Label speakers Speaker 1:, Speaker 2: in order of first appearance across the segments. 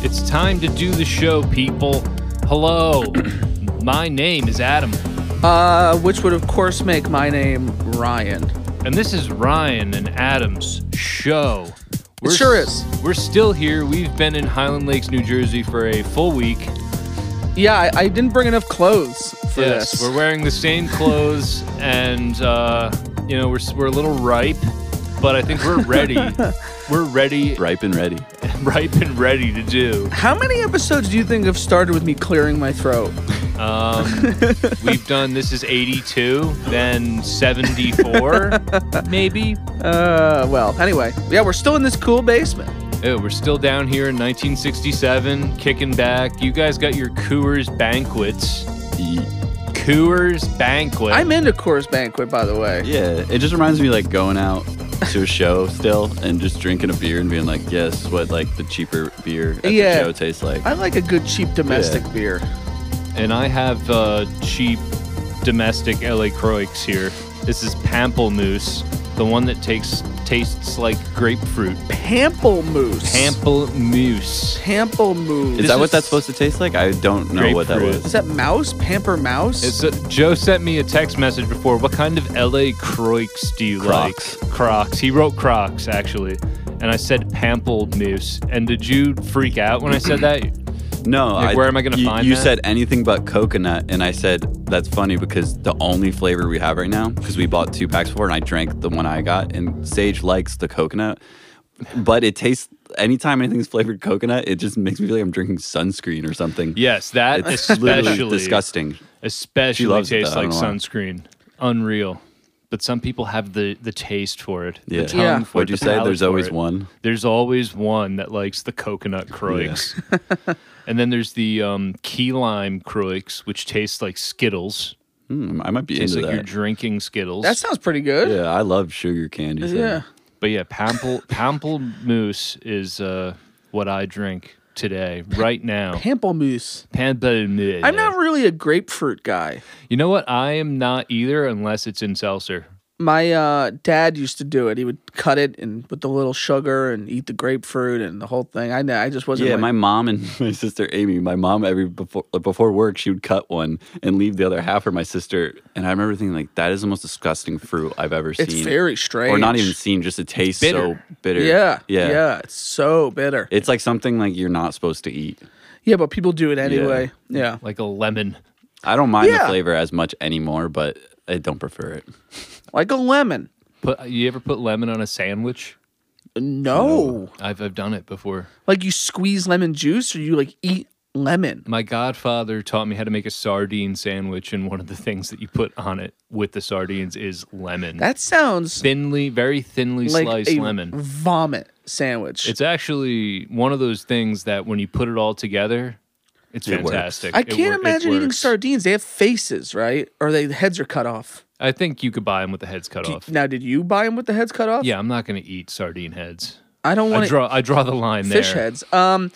Speaker 1: It's time to do the show, people. Hello. My name is Adam,
Speaker 2: Uh, which would of course make my name Ryan.
Speaker 1: and this is Ryan and Adam's show.
Speaker 2: sure is.
Speaker 1: We're still here. We've been in Highland Lakes, New Jersey for a full week.
Speaker 2: Yeah, I, I didn't bring enough clothes for
Speaker 1: yes,
Speaker 2: this.
Speaker 1: we're wearing the same clothes, and uh, you know we're s- we're a little ripe, but I think we're ready. we're ready,
Speaker 3: ripe and ready.
Speaker 1: ripe and ready to do.
Speaker 2: How many episodes do you think have started with me clearing my throat?
Speaker 1: Um, we've done this is 82, then 74, maybe.
Speaker 2: Uh, well, anyway, yeah, we're still in this cool basement.
Speaker 1: Oh, we're still down here in 1967, kicking back. You guys got your Coors banquets.
Speaker 3: Ye-
Speaker 1: Coors banquet.
Speaker 2: I'm into Coors Banquet, by the way.
Speaker 3: Yeah, it just reminds me like going out to a show still and just drinking a beer and being like, yes, what like the cheaper beer at
Speaker 2: Yeah.
Speaker 3: the show tastes like.
Speaker 2: I like a good cheap domestic beer.
Speaker 1: and I have uh, cheap domestic LA Croix here. This is Pamplemousse, the one that takes tastes like grapefruit.
Speaker 2: Pamplemousse.
Speaker 1: Pamplemousse.
Speaker 2: Pamplemousse.
Speaker 3: is
Speaker 1: this
Speaker 3: that
Speaker 1: is-
Speaker 3: what that's supposed to taste like? I don't know what that
Speaker 1: Grapefruit.
Speaker 3: was.
Speaker 2: Is that mouse? Pamper mouse?
Speaker 1: It's a, Joe sent me a text message before. What kind of LA Croix do you
Speaker 3: Crocs.
Speaker 1: like? Crocs. He wrote Crocs actually, and I said Pamplemousse. And did you freak out when I said that?
Speaker 3: No,
Speaker 1: Like,
Speaker 3: I,
Speaker 1: where am I gonna
Speaker 3: you,
Speaker 1: find
Speaker 3: You
Speaker 1: that?
Speaker 3: said anything but coconut, and I said that's funny because the only flavor we have right now, because we bought two packs before, and I drank the one I got, and Sage likes the coconut, but it tastes. Anytime anything's flavored coconut, it just makes me feel like I'm drinking sunscreen or something.
Speaker 1: Yes, that
Speaker 3: it's literally
Speaker 1: especially
Speaker 3: disgusting. She
Speaker 1: especially
Speaker 3: loves it,
Speaker 1: tastes
Speaker 3: though. I
Speaker 1: like
Speaker 3: don't know why.
Speaker 1: sunscreen. Unreal. But some people have the the taste for it.
Speaker 3: Yeah.
Speaker 1: The tongue
Speaker 2: Yeah.
Speaker 1: for it,
Speaker 3: Would you
Speaker 1: the
Speaker 3: say
Speaker 1: palate
Speaker 3: there's
Speaker 1: for
Speaker 3: always
Speaker 1: it.
Speaker 3: one?
Speaker 1: There's always one that likes the coconut croix. and then there's the um, key lime croix, which tastes like Skittles.
Speaker 3: Hmm, I might be
Speaker 1: Tastes
Speaker 3: into
Speaker 1: like you're
Speaker 3: that.
Speaker 1: drinking Skittles.
Speaker 2: that sounds pretty good.
Speaker 3: yeah, I love sugar candy. so-
Speaker 2: yeah.
Speaker 1: but yeah, pample pamplemousse is uh, what I drink today, right now.
Speaker 2: Pamplemousse.
Speaker 1: Pamplemousse.
Speaker 2: I'm not really a grapefruit guy.
Speaker 1: You know what? I am not either, unless it's in seltzer.
Speaker 2: my uh, dad used to do it. He would cut it and with the little sugar and eat the grapefruit and the whole thing. I know. I just wasn't.
Speaker 3: Yeah,
Speaker 2: like-
Speaker 3: my mom and my sister Amy. My mom every before before work, she would cut one and leave the other half for my sister. And I remember thinking like, that is the most disgusting fruit I've ever
Speaker 2: it's
Speaker 3: seen,
Speaker 2: very strange.
Speaker 3: or not even seen. Just it tastes so
Speaker 1: bitter.
Speaker 3: bitter.
Speaker 2: Yeah,
Speaker 3: yeah,
Speaker 2: yeah, yeah. It's so bitter.
Speaker 3: It's like something like you're not supposed to eat.
Speaker 2: yeah, but people do it anyway. Yeah.
Speaker 1: like a lemon.
Speaker 3: I don't mind
Speaker 2: Yeah.
Speaker 3: the flavor as much anymore, but I don't prefer it.
Speaker 2: like a lemon.
Speaker 1: Put you ever put lemon on a sandwich?
Speaker 2: No,
Speaker 1: I've I've done it before.
Speaker 2: like you squeeze lemon juice or you like eat lemon.
Speaker 1: My godfather taught me how to make a sardine sandwich, and one of the things that you put on it with the sardines is lemon.
Speaker 2: That sounds
Speaker 1: thinly, very thinly
Speaker 2: like
Speaker 1: sliced
Speaker 2: a
Speaker 1: lemon.
Speaker 2: vomit sandwich.
Speaker 1: It's actually one of those things that when you put it all together, it's
Speaker 3: It works.
Speaker 1: fantastic.
Speaker 2: I
Speaker 1: It
Speaker 2: can't
Speaker 1: wor- it
Speaker 2: imagine eating
Speaker 1: works.
Speaker 2: sardines. They have faces, right? Or they the heads are cut off.
Speaker 1: I think you could buy them with the heads cut off.
Speaker 2: Now, did you buy them with the heads cut off?
Speaker 1: Yeah, I'm not going to eat sardine heads.
Speaker 2: I don't want
Speaker 1: I
Speaker 2: to
Speaker 1: draw I draw the line there.
Speaker 2: fish heads. Um,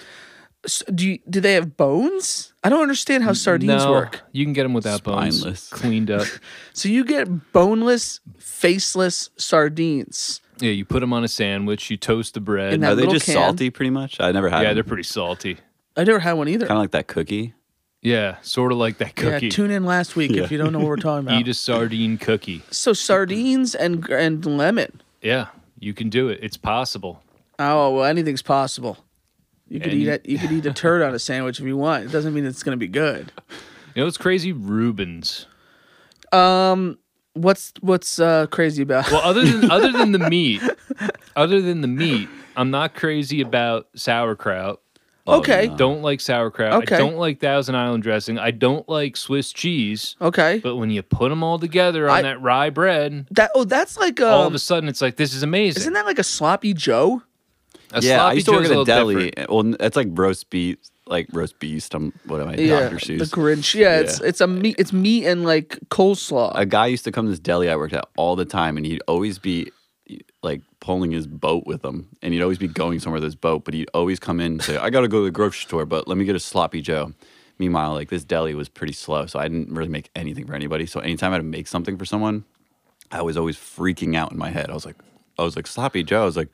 Speaker 2: s do you, do they have bones? I don't understand how sardines
Speaker 1: no,
Speaker 2: work.
Speaker 1: You can get them without bones,
Speaker 3: Spineless.
Speaker 1: cleaned up.
Speaker 2: So you get boneless, faceless sardines.
Speaker 1: yeah, you put them on a sandwich. You toast the bread.
Speaker 2: And That
Speaker 3: Are they
Speaker 2: little
Speaker 3: just
Speaker 2: can.
Speaker 3: salty? Pretty much. I never had.
Speaker 1: yeah,
Speaker 3: Yeah,
Speaker 1: they're pretty salty.
Speaker 2: I never had one either.
Speaker 3: kind of like that cookie.
Speaker 1: Yeah, sort of like that cookie.
Speaker 2: Yeah, tune in last week if you don't know what we're talking about.
Speaker 1: Eat a sardine cookie.
Speaker 2: so sardines and and lemon.
Speaker 1: Yeah, you can do it. It's possible.
Speaker 2: Oh well, anything's possible. You could
Speaker 1: And-
Speaker 2: eat a, you could eat a turd on a sandwich if you want. It doesn't mean it's going to be good.
Speaker 1: You know what's crazy? Rubens.
Speaker 2: What's what's uh, crazy about?
Speaker 1: Well, other than other than the meat, other than the meat, I'm not crazy about sauerkraut.
Speaker 2: okay,
Speaker 1: Don't like sauerkraut.
Speaker 2: Okay.
Speaker 1: I don't like Thousand Island dressing. I don't like Swiss cheese.
Speaker 2: okay.
Speaker 1: But when you put them all together on
Speaker 2: I-
Speaker 1: that rye bread,
Speaker 2: that oh, that's like um,
Speaker 1: all of a sudden it's like this is amazing.
Speaker 2: isn't that like a sloppy Joe?
Speaker 1: A
Speaker 3: yeah, I
Speaker 1: sloppy
Speaker 3: used to
Speaker 1: joe's
Speaker 3: work at a
Speaker 1: little
Speaker 3: deli. eh,
Speaker 1: different.
Speaker 3: Well, that's like roast beef, like roast beef. I'm what am I, Dr. Seuss?
Speaker 2: The Grinch. Yeah, it's
Speaker 3: Yeah.
Speaker 2: it's a meat it's meat and like coleslaw.
Speaker 3: a guy used to come to this deli I worked at all the time, and he'd always be like pulling his boat with him, and he'd always be going somewhere with his boat. But he'd always come in and say, "I got to go to the grocery store, but let me get a sloppy Joe." Meanwhile, like this deli was pretty slow, so I didn't really make anything for anybody. So anytime I had to make something for someone, I was always freaking out in my head. I was like, I was like sloppy Joe. I was like,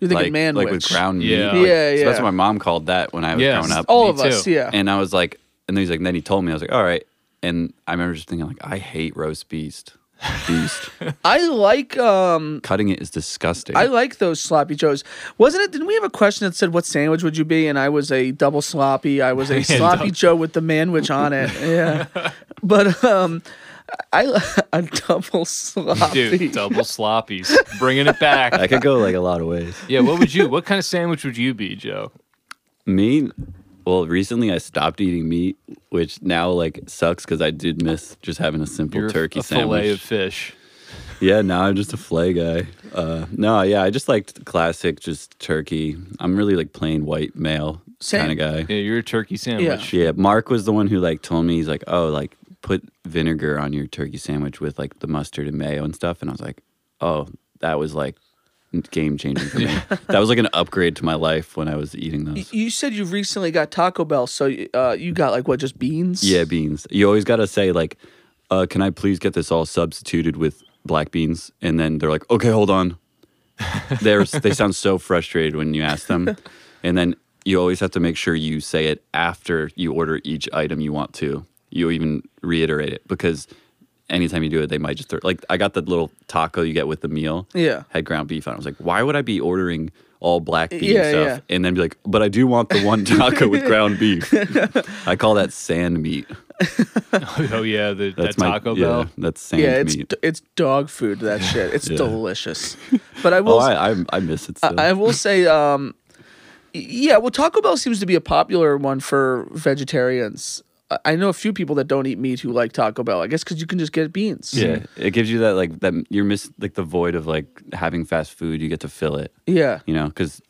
Speaker 2: You're thinking
Speaker 3: like,
Speaker 2: man
Speaker 3: like with
Speaker 2: witch.
Speaker 3: ground meat.
Speaker 1: Yeah.
Speaker 3: like-
Speaker 2: Yeah,
Speaker 3: So that's
Speaker 2: yeah.
Speaker 3: what my mom called that when I was
Speaker 1: Yes.
Speaker 3: growing up.
Speaker 2: All
Speaker 1: Me
Speaker 2: of us,
Speaker 1: too.
Speaker 2: yeah.
Speaker 3: And I was like, and then he's like, and then he told me, I was like, all right. And I remember just thinking, like, I hate roast beast. Beast.
Speaker 2: I like um
Speaker 3: Cutting it is disgusting.
Speaker 2: I like those sloppy joes. Wasn't it? Didn't we have a question that said, "What sandwich would you be?" And I was a double sloppy. I was a sloppy
Speaker 1: double-
Speaker 2: joe with the manwich on it. Yeah, but um, I a double sloppy.
Speaker 1: Dude, double sloppies. Bringing it back.
Speaker 3: I could go like a lot of ways.
Speaker 1: Yeah, what would you? What kind of sandwich would you be, Joe?
Speaker 3: Me, well, recently I stopped eating meat, which now like sucks because I did miss just having a simple
Speaker 1: You're
Speaker 3: turkey
Speaker 1: a
Speaker 3: sandwich.
Speaker 1: fillet of fish.
Speaker 3: Yeah, now I'm just a filet guy. Uh, no, yeah, I just liked classic, just turkey. I'm really like plain white male kind
Speaker 2: Same.
Speaker 3: of guy.
Speaker 1: Yeah, you're a turkey sandwich.
Speaker 3: Yeah, Mark was the one who like told me he's like, oh, like put vinegar on your turkey sandwich with like the mustard and mayo and stuff, and I was like, oh, that was like game changing for me. that was like an upgrade to my life when I was eating
Speaker 2: Y-
Speaker 3: those.
Speaker 2: You said you recently got Taco Bell, so uh, you got like what? Just beans?
Speaker 3: Yeah, beans. You always gotta say like, uh, can I please get this all substituted with black beans? And then they're like, okay, hold on. They're they sound so frustrated when you ask them, and then you always have to make sure you say it after you order each item you want to. You even reiterate it because anytime you do it, they might just throw, like I got the little taco you get with the meal.
Speaker 2: Yeah.
Speaker 3: had ground beef on. it. I was like, why would I be ordering? All black bean
Speaker 2: Yeah,
Speaker 3: stuff,
Speaker 2: yeah.
Speaker 3: and then be like, but I do want the one taco with ground beef. I call that sand meat.
Speaker 1: Oh yeah, the, that
Speaker 3: That's my
Speaker 1: Taco
Speaker 3: yeah,
Speaker 1: Bell.
Speaker 3: That's sand
Speaker 2: Yeah, it's
Speaker 3: meat.
Speaker 2: d- it's dog food. That shit. It's
Speaker 3: Yeah.
Speaker 2: delicious. But I
Speaker 3: Oh,
Speaker 2: will.
Speaker 3: I, I I miss it. Still.
Speaker 2: I will say, um, y- yeah, well, Taco Bell seems to be a popular one for vegetarians. I- I know a few people that don't eat meat who like Taco Bell. I guess because you can just get beans.
Speaker 3: yeah, it gives you that like that you're miss like the void of like having fast food. You get to fill it.
Speaker 2: yeah.
Speaker 3: You know, because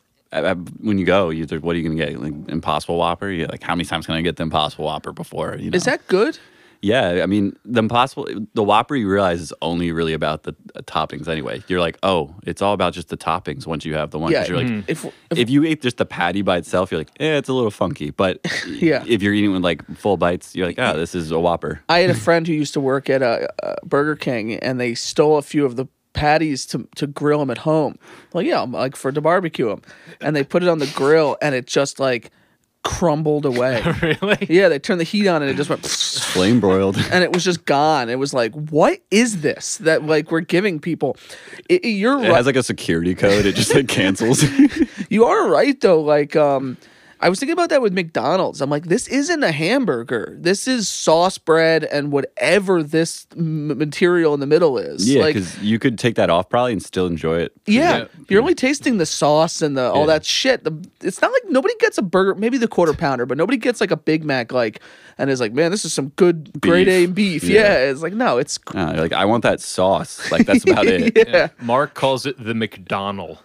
Speaker 3: when you go, you what are you gonna get? Like Impossible Whopper. You're like, how many times can I get the Impossible Whopper before? You know?
Speaker 2: Is that good?
Speaker 3: Yeah, I mean the Impossible, the Whopper. You realize is only really about the uh, toppings anyway. You're like, oh, it's all about just the toppings. Once you have the one, 'cause
Speaker 2: Yeah.
Speaker 3: you're like,
Speaker 2: If, if-
Speaker 3: if you ate just the patty by itself, you're like, eh, it's a little funky. But
Speaker 2: Yeah.
Speaker 3: if you're eating with like full bites, you're like, ah, this is a Whopper.
Speaker 2: I had a friend who used to work at a, a Burger King, and they stole a few of the patties to to grill them at home. Like yeah, I'm like for to barbecue them, and they put it on the grill, and it just like crumbled away.
Speaker 1: Really?
Speaker 2: yeah, they turned the heat on, and it just went.
Speaker 3: Flame broiled.
Speaker 2: and it was just gone. It was like, what is this that like we're giving people? I- I- you're
Speaker 3: It
Speaker 2: right.
Speaker 3: has like a security code. It just like cancels.
Speaker 2: you are right though. Like, um, I was thinking about that with McDonald's. I'm like, this isn't a hamburger. This is sauce bread and whatever this m- material in the middle is.
Speaker 3: yeah,
Speaker 2: like,
Speaker 3: because you could take that off probably and still enjoy it.
Speaker 2: yeah,
Speaker 1: Yeah.
Speaker 2: you're only tasting the sauce and the all
Speaker 3: Yeah.
Speaker 2: that shit. The, it's not like nobody gets a burger, maybe the quarter pounder, but nobody gets like a Big Mac, like, and is like, man, this is some good grade A
Speaker 3: Beef.
Speaker 2: beef.
Speaker 3: Yeah.
Speaker 2: Yeah. it's like no, it's
Speaker 3: Uh, you're like I want that sauce. Like that's about it.
Speaker 2: yeah.
Speaker 1: Mark calls it the McDonald,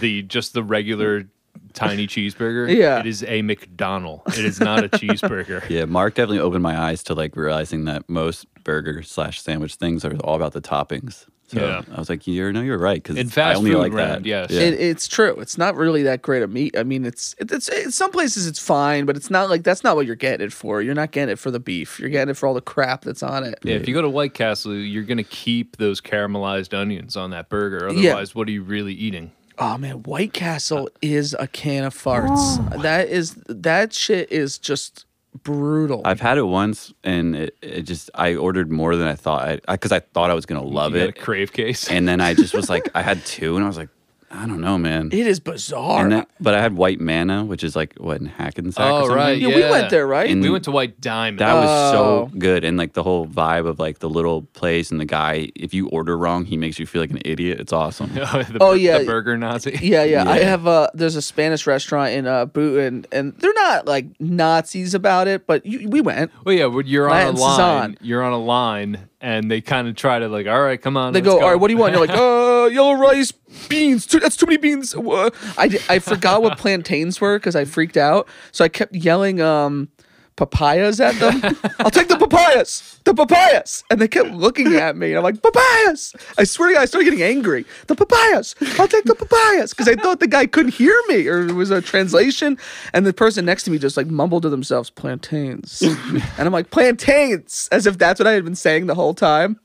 Speaker 1: the just the regular tiny cheeseburger.
Speaker 2: Yeah.
Speaker 1: it is a McDonald. It is not a cheeseburger.
Speaker 3: Yeah, Mark definitely opened my eyes to like realizing that most burger slash sandwich things are all about the toppings. So
Speaker 1: Yeah.
Speaker 3: I was like, you know, you're right because
Speaker 1: In fast
Speaker 3: I only
Speaker 1: food
Speaker 3: like
Speaker 1: round,
Speaker 3: that.
Speaker 1: yes.
Speaker 3: Yeah.
Speaker 2: It, it's true. It's not really that great a meat. I mean, it's it, it's it, some places it's fine, but it's not like that's not what you're getting it for. You're not getting it for the beef. You're getting it for all the crap that's on it.
Speaker 1: Yeah, if you go to White Castle, you're gonna keep those caramelized onions on that burger. Otherwise,
Speaker 2: Yeah.
Speaker 1: what are you really eating?
Speaker 2: Oh man, White Castle is a can of farts. That is that shit is just brutal.
Speaker 3: I've had it once, and it, it just I ordered more than I thought I because I, thought I was gonna love
Speaker 1: You got
Speaker 3: it,
Speaker 1: a crave case.
Speaker 3: and then I just was like, I had two, and I was like, I don't know, man.
Speaker 2: it is bizarre.
Speaker 3: And that, but I had white manna, which is like what in Hackensack. or
Speaker 1: oh
Speaker 3: something?
Speaker 1: right,
Speaker 2: yeah, we went there, right?
Speaker 3: And-
Speaker 1: We went to White Diamond.
Speaker 3: That was
Speaker 2: Oh.
Speaker 3: so good, and like the whole vibe of like the little place and the guy. If you order wrong, he makes you feel like an idiot. It's awesome.
Speaker 1: the,
Speaker 2: Oh, yeah.
Speaker 1: the burger Nazi.
Speaker 2: Yeah, yeah. I
Speaker 3: Yeah.
Speaker 2: have a there's a Spanish restaurant in uh Bhutan, and they're not like Nazis about it, but you, we went.
Speaker 1: Well, Oh, yeah, when you're on
Speaker 2: Lance
Speaker 1: a
Speaker 2: is
Speaker 1: line,
Speaker 2: on.
Speaker 1: you're on a line, and they kind of try to like, all right, come on.
Speaker 2: They
Speaker 1: let's
Speaker 2: go, all right, what do you want? You're like, uh, yellow rice, beans. Too, that's too many beans. Uh, I, di- I forgot what plantains were because I freaked out. So I kept yelling um, papayas at them. I'll take the papayas, the papayas. And they kept looking at me. And I'm like, papayas. I swear to God, I started getting angry. The papayas. I'll take the papayas. Because I thought the guy couldn't hear me or it was a translation. And the person next to me just like mumbled to themselves, plantains. and I'm like, plantains, as if that's what I had been saying the whole time.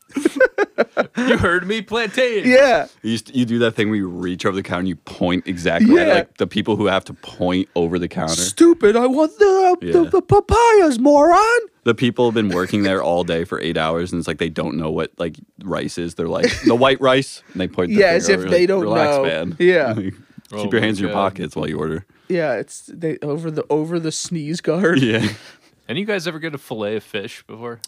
Speaker 1: You heard me, plantain.
Speaker 2: yeah.
Speaker 3: You, used to- you do that thing where you reach over the counter and you point exactly at
Speaker 2: Yeah.
Speaker 3: like the people who have to point over the counter.
Speaker 2: Stupid. I want the,
Speaker 3: Yeah.
Speaker 2: the, the papayas, moron.
Speaker 3: The people have been working there all day for eight hours and it's like they don't know what like rice is. They're like, the white rice. And they point their
Speaker 2: Yeah, as
Speaker 3: finger
Speaker 2: if
Speaker 3: over, like,
Speaker 2: they don't
Speaker 3: Relax,
Speaker 2: know."
Speaker 3: man.
Speaker 2: Yeah.
Speaker 3: Like,
Speaker 1: Oh
Speaker 3: Keep your
Speaker 1: my
Speaker 3: hands in your
Speaker 1: God.
Speaker 3: pockets while you order.
Speaker 2: Yeah, it's they over the over the sneeze guard.
Speaker 3: Yeah.
Speaker 1: And you guys ever get a fillet of fish before?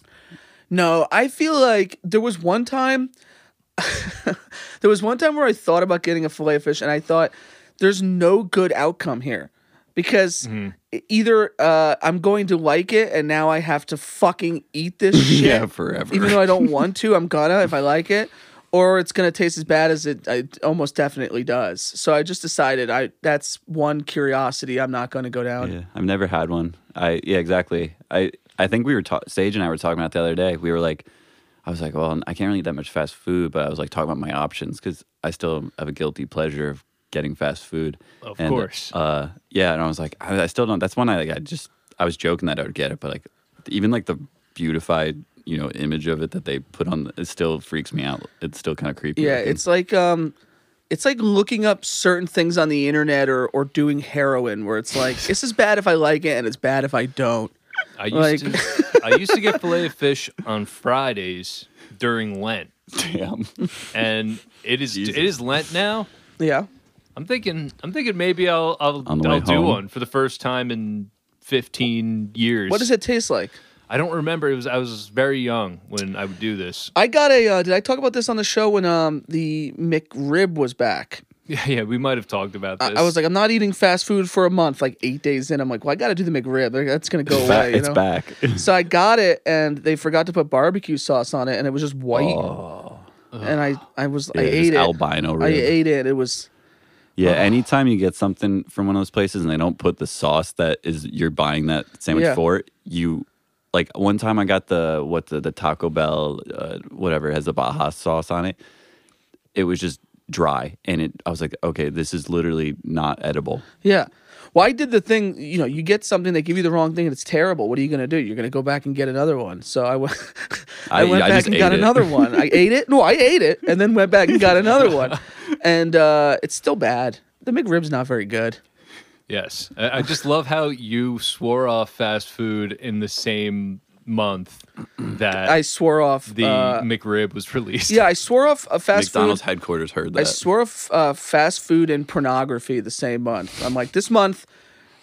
Speaker 2: No, I feel like there was one time there was one time where I thought about getting a fillet of fish and I thought there's no good outcome here because
Speaker 3: Mm-hmm.
Speaker 2: e- either uh, I'm going to like it and now I have to fucking eat this shit
Speaker 3: Yeah, forever.
Speaker 2: even though I don't want to, I'm gonna if I like it or it's gonna taste as bad as it, it almost definitely does. So I just decided I that's one curiosity I'm not gonna go down.
Speaker 3: Yeah, I've never had one. I yeah, exactly. I I think we were ta- Sage and I were talking about it the other day. We were like, I was like, well, I can't really eat that much fast food, but I was like talking about my options because I still have a guilty pleasure of getting fast food.
Speaker 1: Of
Speaker 3: And,
Speaker 1: course.
Speaker 3: Uh, yeah, and I was like, I, I still don't. That's one I like. I just I was joking that I would get it, but like even like the beautified you know image of it that they put on it still freaks me out. It's still kind of creepy.
Speaker 2: Yeah,
Speaker 3: looking.
Speaker 2: it's like um it's like looking up certain things on the internet or or doing heroin where it's like this is bad if I like it and it's bad if I don't.
Speaker 1: I used
Speaker 2: Like-
Speaker 1: to I used to get filet of fish on Fridays during Lent,
Speaker 3: damn.
Speaker 1: and it is
Speaker 3: Jesus.
Speaker 1: it is Lent now.
Speaker 2: Yeah.
Speaker 1: I'm thinking I'm thinking maybe I'll I'll,
Speaker 3: On the way
Speaker 1: I'll do
Speaker 3: home?
Speaker 1: one for the first time in 15 years.
Speaker 2: What does it taste like?
Speaker 1: I don't remember. It was I was very young when I would do this.
Speaker 2: I got a uh, did I talk about this on the show when um the McRib was back?
Speaker 1: Yeah, yeah, we might have talked about this.
Speaker 2: I, I was like, I'm not eating fast food for a month, like eight days in. I'm like, well, I got to do the McRib. Like, That's gonna go
Speaker 3: It's
Speaker 2: away.
Speaker 3: back.
Speaker 2: you
Speaker 3: It's
Speaker 2: know?
Speaker 3: back.
Speaker 2: So I got it, and they forgot to put barbecue sauce on it, and it was just white. And I, I was, I
Speaker 3: Oh. Yeah,
Speaker 2: ate
Speaker 3: just
Speaker 2: it.
Speaker 3: albino
Speaker 2: I
Speaker 3: rib.
Speaker 2: ate it. It was,
Speaker 3: Yeah,
Speaker 2: Uh-huh.
Speaker 3: anytime you get something from one of those places and they don't put the sauce that is you're buying that sandwich
Speaker 2: Yeah.
Speaker 3: for, you like one time I got the what the, the Taco Bell uh, whatever has the Baja sauce on it. It was just dry and it I was like, okay, this is literally not edible.
Speaker 2: yeah. Well, I did the thing. You know, you get something, they give you the wrong thing, and it's terrible. What are you gonna do? You're gonna go back and get another one. So I went, I,
Speaker 3: I-
Speaker 2: went
Speaker 3: I
Speaker 2: back
Speaker 3: just
Speaker 2: and got
Speaker 3: ate it.
Speaker 2: another one. I ate it. No, I ate it, and then went back and got another one, and uh, it's still bad. The McRib's not very good.
Speaker 1: yes. I, I just love how you swore off fast food in the same month that
Speaker 2: I swore off
Speaker 1: the
Speaker 2: uh,
Speaker 1: McRib was released.
Speaker 2: yeah, I swore off a fast
Speaker 3: McDonald's
Speaker 2: food.
Speaker 3: headquarters heard that.
Speaker 2: I swore off uh, fast food and pornography the same month. I'm like, this month,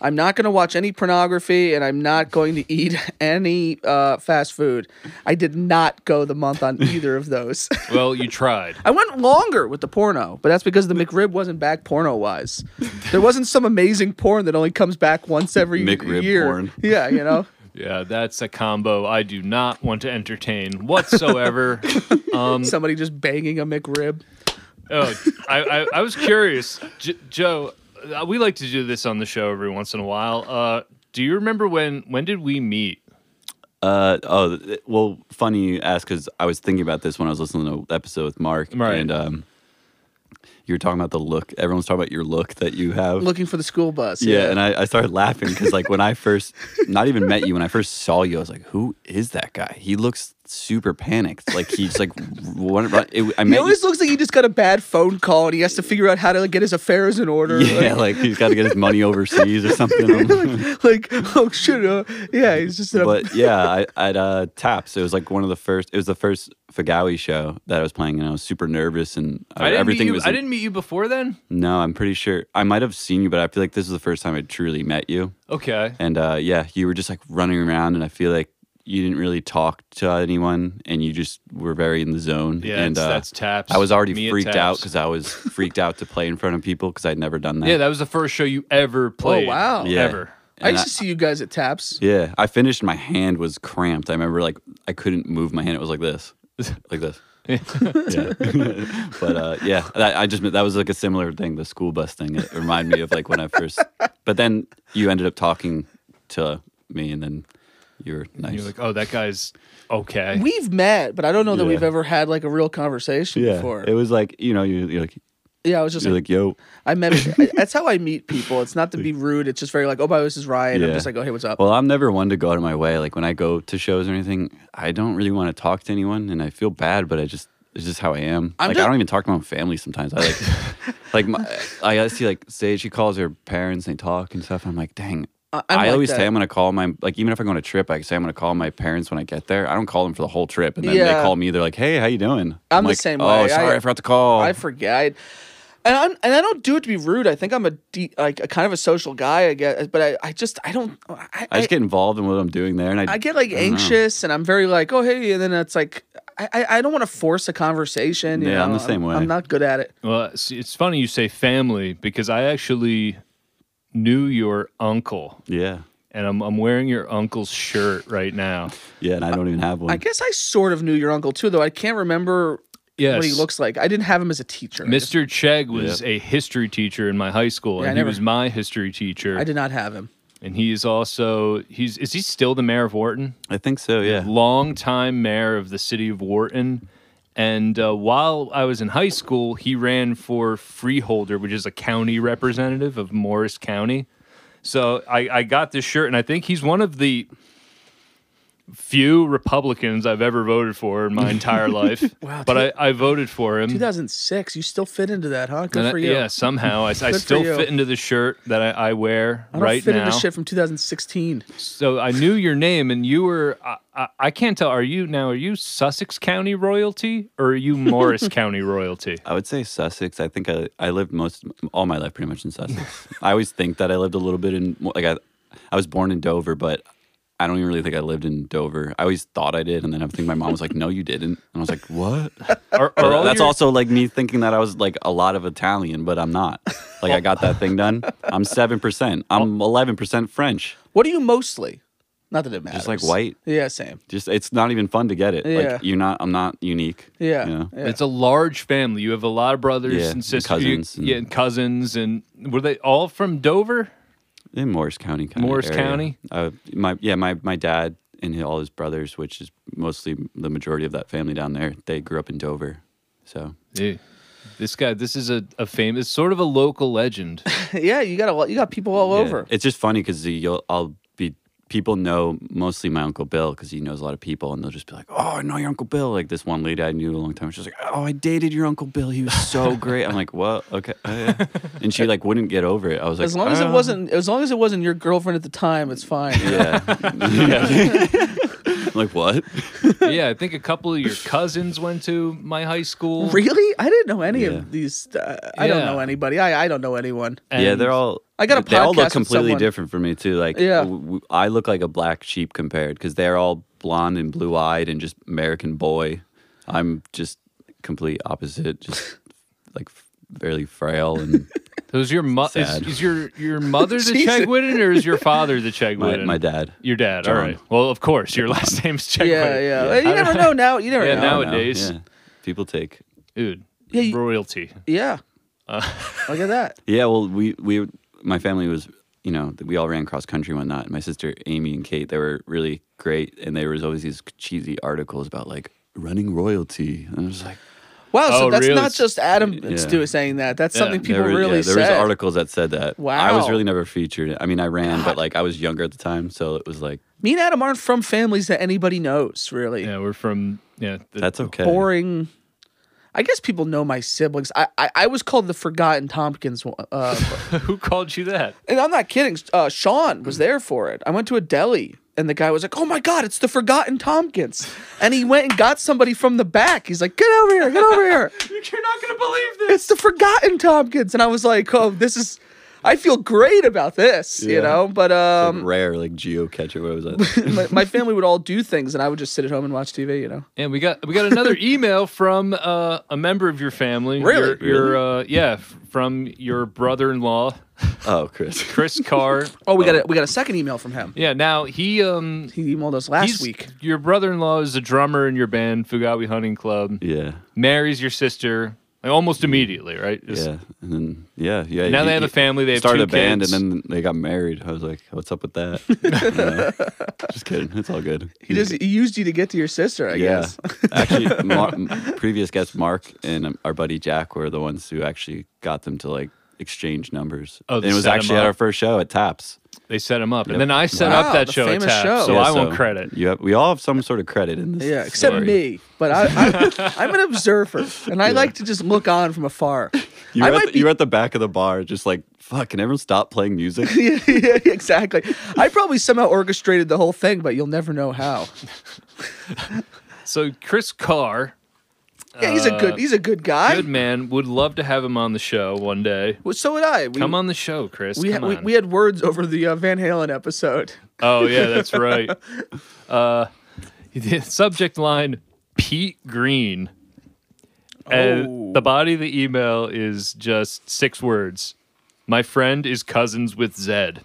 Speaker 2: I'm not going to watch any pornography and I'm not going to eat any uh, fast food. I did not go the month on either of those.
Speaker 1: Well, you tried.
Speaker 2: I went longer with the porno, but that's because the McRib wasn't back porno wise. There wasn't some amazing porn that only comes back once every
Speaker 3: McRib
Speaker 2: year.
Speaker 3: porn.
Speaker 2: Yeah, you know?
Speaker 1: Yeah, that's a combo I do not want to entertain whatsoever.
Speaker 3: Mm.
Speaker 1: um,
Speaker 2: Somebody just banging a McRib.
Speaker 1: oh, I, I, I was curious, J- Joe. uh, We like to do this on the show every once in a while. Uh, do you remember when? When did we meet?
Speaker 3: Uh, oh, th- well, funny you ask because I was thinking about this when I was listening to the episode with Mark.
Speaker 1: Right.
Speaker 3: And um, you were talking about the look. Everyone's talking about your look that you have.
Speaker 2: Looking for the school bus.
Speaker 3: Yeah, and I, I started laughing because like when I first, not even met you, when I first saw you, I was like, "Who is that guy? He looks super panicked. Like he's like, what? about- It, I
Speaker 2: He
Speaker 3: met
Speaker 2: always looks like he just got a bad phone call and he has to figure out how to like, get his affairs in order.
Speaker 3: you, yeah, like he's got to get his money overseas or something.
Speaker 2: Like, like, oh shit, uh, yeah, he's just in a,
Speaker 3: but yeah, I, at uh, Taps, it was like one of the first. It was the first Fagawi show that I was playing, and I was super nervous, and uh,
Speaker 1: I didn't meet
Speaker 3: everything
Speaker 1: you,
Speaker 3: was.
Speaker 1: I
Speaker 3: in-
Speaker 1: didn't meet you before then.
Speaker 3: No, I'm pretty sure I might have seen you, but I feel like this is the first time I truly met you.
Speaker 1: Okay.
Speaker 3: And uh, yeah, you were just like running around, and I feel like you didn't really talk to anyone, and you just were very in the zone.
Speaker 1: Yeah,
Speaker 3: and uh,
Speaker 1: that's- that's Taps.
Speaker 3: I was already
Speaker 1: Me at
Speaker 3: freaked out
Speaker 1: Taps.
Speaker 3: because I was freaked out to play in front of people because I'd never done that.
Speaker 1: Yeah, that was the first show you ever played.
Speaker 2: wow.
Speaker 3: Yeah.
Speaker 1: Ever.
Speaker 2: I
Speaker 3: and
Speaker 2: used to see you guys at taps.
Speaker 3: yeah. I finished. My hand was cramped. I remember like I couldn't move my hand. It was like this, like this. yeah. but uh, yeah, that, I just that was like a similar thing, the school bus thing. It reminded me of like when I first. But then you ended up talking to me, and then you were nice.
Speaker 1: You're like, oh, that guy's okay.
Speaker 2: We've met, but I don't know that
Speaker 3: Yeah.
Speaker 2: we've ever had like a real conversation
Speaker 3: yeah,
Speaker 2: before.
Speaker 3: it was like you know you you're like
Speaker 2: yeah, I was just
Speaker 3: you're
Speaker 2: like,
Speaker 3: like yo.
Speaker 2: I met. I- that's how I meet people. It's not to be rude. It's just very like, oh, my, this is Ryan. I'm
Speaker 3: Yeah.
Speaker 2: just like, oh, hey, what's up?
Speaker 3: Well, I'm never one to go out of my way. Like when I go to shows or anything, I don't really want to talk to anyone, and I feel bad, but I just It's just how I am.
Speaker 2: I'm
Speaker 3: like
Speaker 2: just-
Speaker 3: I don't even talk to my own family sometimes. I like, like my, I see like say she calls her parents and they talk and stuff. And I'm like, dang.
Speaker 2: I- I'm
Speaker 3: I
Speaker 2: like
Speaker 3: always say
Speaker 2: that.
Speaker 3: I'm gonna call my like even if I go on a trip, I say I'm gonna call my parents when I get there. I don't call them for the whole trip, and then
Speaker 2: Yeah.
Speaker 3: they call me. They're like, "Hey, how you doing?"
Speaker 2: I'm the
Speaker 3: like,
Speaker 2: same
Speaker 3: oh,
Speaker 2: way. I-
Speaker 3: sorry, I, forgot to call.
Speaker 2: I forget. I, and I'm, and I don't do it to be rude. I think I'm a de- like a kind of a social guy. I guess, but I, I just I don't I,
Speaker 3: I
Speaker 2: I,
Speaker 3: just get involved in what I'm doing there, and I,
Speaker 2: I get like anxious and I'm very like oh hey and then it's like I I, I don't want to force a conversation. you
Speaker 3: Yeah, I'm
Speaker 2: know?
Speaker 3: the same way.
Speaker 2: I'm not good at it.
Speaker 1: Well, it's, it's funny you say family because I actually knew your uncle,
Speaker 3: Yeah,
Speaker 1: and I'm, I'm wearing your uncle's shirt right now.
Speaker 3: yeah, and I don't even have one.
Speaker 2: I guess I sort of knew your uncle too, though I can't remember
Speaker 1: Yes.
Speaker 2: what he looks like. I didn't have him as a teacher. I just-
Speaker 1: Mr. Chegg was a history teacher in my high school,
Speaker 2: Yeah, I
Speaker 1: and
Speaker 2: never-
Speaker 1: he was my history teacher.
Speaker 2: I did not have him.
Speaker 1: And he's also he's is he still the mayor of Wharton?
Speaker 3: I think so. Yeah,
Speaker 1: Longtime mayor of the city of Wharton. And uh, while I was in high school, he ran for freeholder, which is a county representative of Morris County. So I, I got this shirt, and I think he's one of the few Republicans I've ever voted for in my entire life.
Speaker 2: Wow,
Speaker 1: but I, I voted for him.
Speaker 2: 2006. You still fit into that, huh? Good
Speaker 1: And I-
Speaker 2: for you.
Speaker 1: Yeah, somehow I, I
Speaker 2: for
Speaker 1: still
Speaker 2: you.
Speaker 1: fit into the shirt that I, I wear
Speaker 2: I don't
Speaker 1: right
Speaker 2: fit
Speaker 1: now.
Speaker 2: into shit from 2016.
Speaker 1: So I knew your name, and you were. I, I, I can't tell. Are you now? Are you Sussex County royalty or are you Morris County royalty?
Speaker 3: I would say Sussex. I think I, I lived most all my life pretty much in Sussex. I always think that I lived a little bit in like I I was born in Dover, but I don't even really think I lived in Dover. I always thought I did, and then I think my mom was like, "No, you didn't," and I was like, "What?"
Speaker 1: Are, are all
Speaker 3: That's
Speaker 1: your-
Speaker 3: also like me thinking that I was like a lot of Italian, but I'm not. Like I got that thing done. I'm seven percent. I'm eleven percent French.
Speaker 2: What are you mostly? Not that it matters.
Speaker 3: Just like white.
Speaker 2: Yeah, same.
Speaker 3: Just it's not even fun to get it.
Speaker 2: Yeah.
Speaker 3: Like you're not. I'm not unique.
Speaker 2: Yeah.
Speaker 3: you know?
Speaker 2: yeah.
Speaker 1: It's a large family. You have a lot of brothers
Speaker 3: Yeah,
Speaker 1: and
Speaker 3: and
Speaker 1: sisters. You-
Speaker 3: cousins and-
Speaker 1: yeah, and cousins. And were they all from Dover?
Speaker 3: In Morris County, kind
Speaker 1: Morris
Speaker 3: of area.
Speaker 1: County?
Speaker 3: Uh, my yeah, my my dad and all his brothers, which is mostly the majority of that family down there. They grew up in Dover, so
Speaker 1: Yeah. This guy, this is a, a famous, sort of a local legend.
Speaker 2: yeah, you got a lot. You got people all
Speaker 3: yeah.
Speaker 2: over.
Speaker 3: It's just funny because you'll I'll be people know mostly my uncle Bill because he knows a lot of people, and they'll just be like, "Oh, I know your uncle Bill." Like this one lady I knew a long time, she's like, "Oh, I dated your uncle Bill. He was so great." I'm like, "What? Okay," oh, yeah." and she like wouldn't get over it. I was like,
Speaker 2: as long as it
Speaker 3: "Uh,
Speaker 2: wasn't, as long as it wasn't your girlfriend at the time, it's fine.
Speaker 3: yeah." "Oh, yeah. I'm like what?
Speaker 1: yeah, I think a couple of your cousins went to my high school.
Speaker 2: Really? I didn't know any
Speaker 3: Yeah.
Speaker 2: of these. Uh, I don't
Speaker 1: Yeah.
Speaker 2: know anybody. I, I don't know anyone.
Speaker 3: yeah,
Speaker 1: And-
Speaker 3: they're all.
Speaker 2: I got a
Speaker 3: They all
Speaker 2: podcast
Speaker 3: look
Speaker 2: with
Speaker 3: completely
Speaker 2: someone.
Speaker 3: different for me too. Like,
Speaker 2: Yeah.
Speaker 3: w- w- I look like a black sheep compared because they're all blonde and blue eyed and just American boy. I'm just complete opposite, just like f- fairly frail and
Speaker 1: So is your mo- is,
Speaker 3: Sad.
Speaker 1: is your your mother the
Speaker 2: Jesus.
Speaker 1: Chegwidden or is your father the Chegwidden?
Speaker 3: my, my dad.
Speaker 1: Your dad. All
Speaker 3: John.
Speaker 1: right. Well, of course, your last name's Chegwidden.
Speaker 2: Yeah, yeah. You
Speaker 1: I
Speaker 2: never
Speaker 1: don't-
Speaker 2: know now. You never
Speaker 1: Yeah,
Speaker 2: know.
Speaker 1: now it-
Speaker 3: No,
Speaker 1: Nowadays-
Speaker 3: yeah. people take.
Speaker 1: Dude,
Speaker 2: Yeah, you-
Speaker 1: royalty.
Speaker 2: yeah. Look at that.
Speaker 3: Yeah, well, we we my family was you know th- we all ran cross country and whatnot. My sister Amy and Kate they were really great, and there was always these cheesy articles about like running royalty, and I was like.
Speaker 2: Wow. So
Speaker 1: Oh,
Speaker 2: that's
Speaker 1: really?
Speaker 2: not just Adam
Speaker 3: Yeah.
Speaker 2: Stewart saying that. That's
Speaker 1: Yeah.
Speaker 2: something people
Speaker 3: There were-
Speaker 2: really
Speaker 3: yeah, there was
Speaker 2: said.
Speaker 3: articles that said that. I was
Speaker 2: Wow.
Speaker 3: really never featured. I mean, I ran, but like I was younger at the time, so it was like
Speaker 2: Me and Adam aren't from families that anybody knows. Really.
Speaker 1: Yeah, we're from yeah. the-
Speaker 3: that's okay.
Speaker 2: boring. I guess people know my siblings. I I, I was called the Forgotten Tompkins, uh,
Speaker 1: Who called you that?
Speaker 2: and I'm not kidding. Uh, Sean was there for it. I went to a deli, and the guy was like, "Oh my God, it's the Forgotten Tompkins!" And he went and got somebody from the back. He's like, "Get over here, get over here!
Speaker 1: You're not gonna believe this.
Speaker 2: It's the Forgotten Tompkins!" And I was like, "Oh, this is." I feel great about this, you
Speaker 3: Yeah.
Speaker 2: know. But
Speaker 3: Like,
Speaker 2: um,
Speaker 3: rare, like geo catcher. What was that?
Speaker 2: my, my family would all do things, and I would just sit at home and watch TV, you know.
Speaker 1: And we got we got another email from uh, a member of your family.
Speaker 2: Really?
Speaker 1: Your, your uh, yeah, f- from your brother-in-law,
Speaker 3: oh, Chris.
Speaker 1: Chris Carr.
Speaker 2: Oh, we got a, we got a second email from him.
Speaker 1: yeah. Now he um
Speaker 2: He emailed us last
Speaker 1: he's-
Speaker 2: week.
Speaker 1: Your brother-in-law is a drummer in your band, Fugawi Hunting Club.
Speaker 3: Yeah,
Speaker 1: marries your sister like, almost immediately, right? Just-
Speaker 3: yeah, and then yeah, yeah.
Speaker 1: Now they have a family, they have
Speaker 3: started
Speaker 1: two
Speaker 3: a band,
Speaker 1: kids.
Speaker 3: and then they got married. I was like, what's up with that? You know? Just kidding. It's all good.
Speaker 2: He just he used you to get to your sister, I
Speaker 3: Yeah,
Speaker 2: guess.
Speaker 3: actually, Mar- previous guest Mark and um, our buddy Jack were the ones who actually got them to like exchange numbers.
Speaker 1: Oh,
Speaker 3: and
Speaker 1: they
Speaker 3: it was
Speaker 1: set 'em
Speaker 3: actually at
Speaker 1: up.
Speaker 3: our first show at Taps.
Speaker 1: They set him up, and then I set up
Speaker 2: Wow,
Speaker 1: that
Speaker 2: the
Speaker 1: show at
Speaker 2: famous
Speaker 1: Taft,
Speaker 2: show.
Speaker 1: so
Speaker 2: Yeah,
Speaker 1: I want credit.
Speaker 3: You have, we all have some sort of credit in this.
Speaker 2: Yeah, except
Speaker 3: story.
Speaker 2: me. But I, I, I'm an observer, and I like to just look on from afar.
Speaker 3: You
Speaker 2: I
Speaker 3: were, at
Speaker 2: might
Speaker 3: the, you were at the back of the bar, just like, fuck, can everyone stop playing music?
Speaker 2: yeah, yeah, exactly. I probably somehow orchestrated the whole thing, but you'll never know how.
Speaker 1: So Chris Carr,
Speaker 2: Yeah, he's a
Speaker 3: Uh,
Speaker 2: good, he's a good guy.
Speaker 1: good man, would love to have him on the show one day.
Speaker 2: Well, so would I. We,
Speaker 1: Come on the show, Chris.
Speaker 2: We,
Speaker 1: Come
Speaker 2: we,
Speaker 1: on.
Speaker 2: we had words over the uh, Van Halen episode.
Speaker 1: oh yeah, that's right. Uh, the subject line: Pete Green. And
Speaker 2: Oh.
Speaker 1: the body of the email is just six words. My friend is cousins with Zed.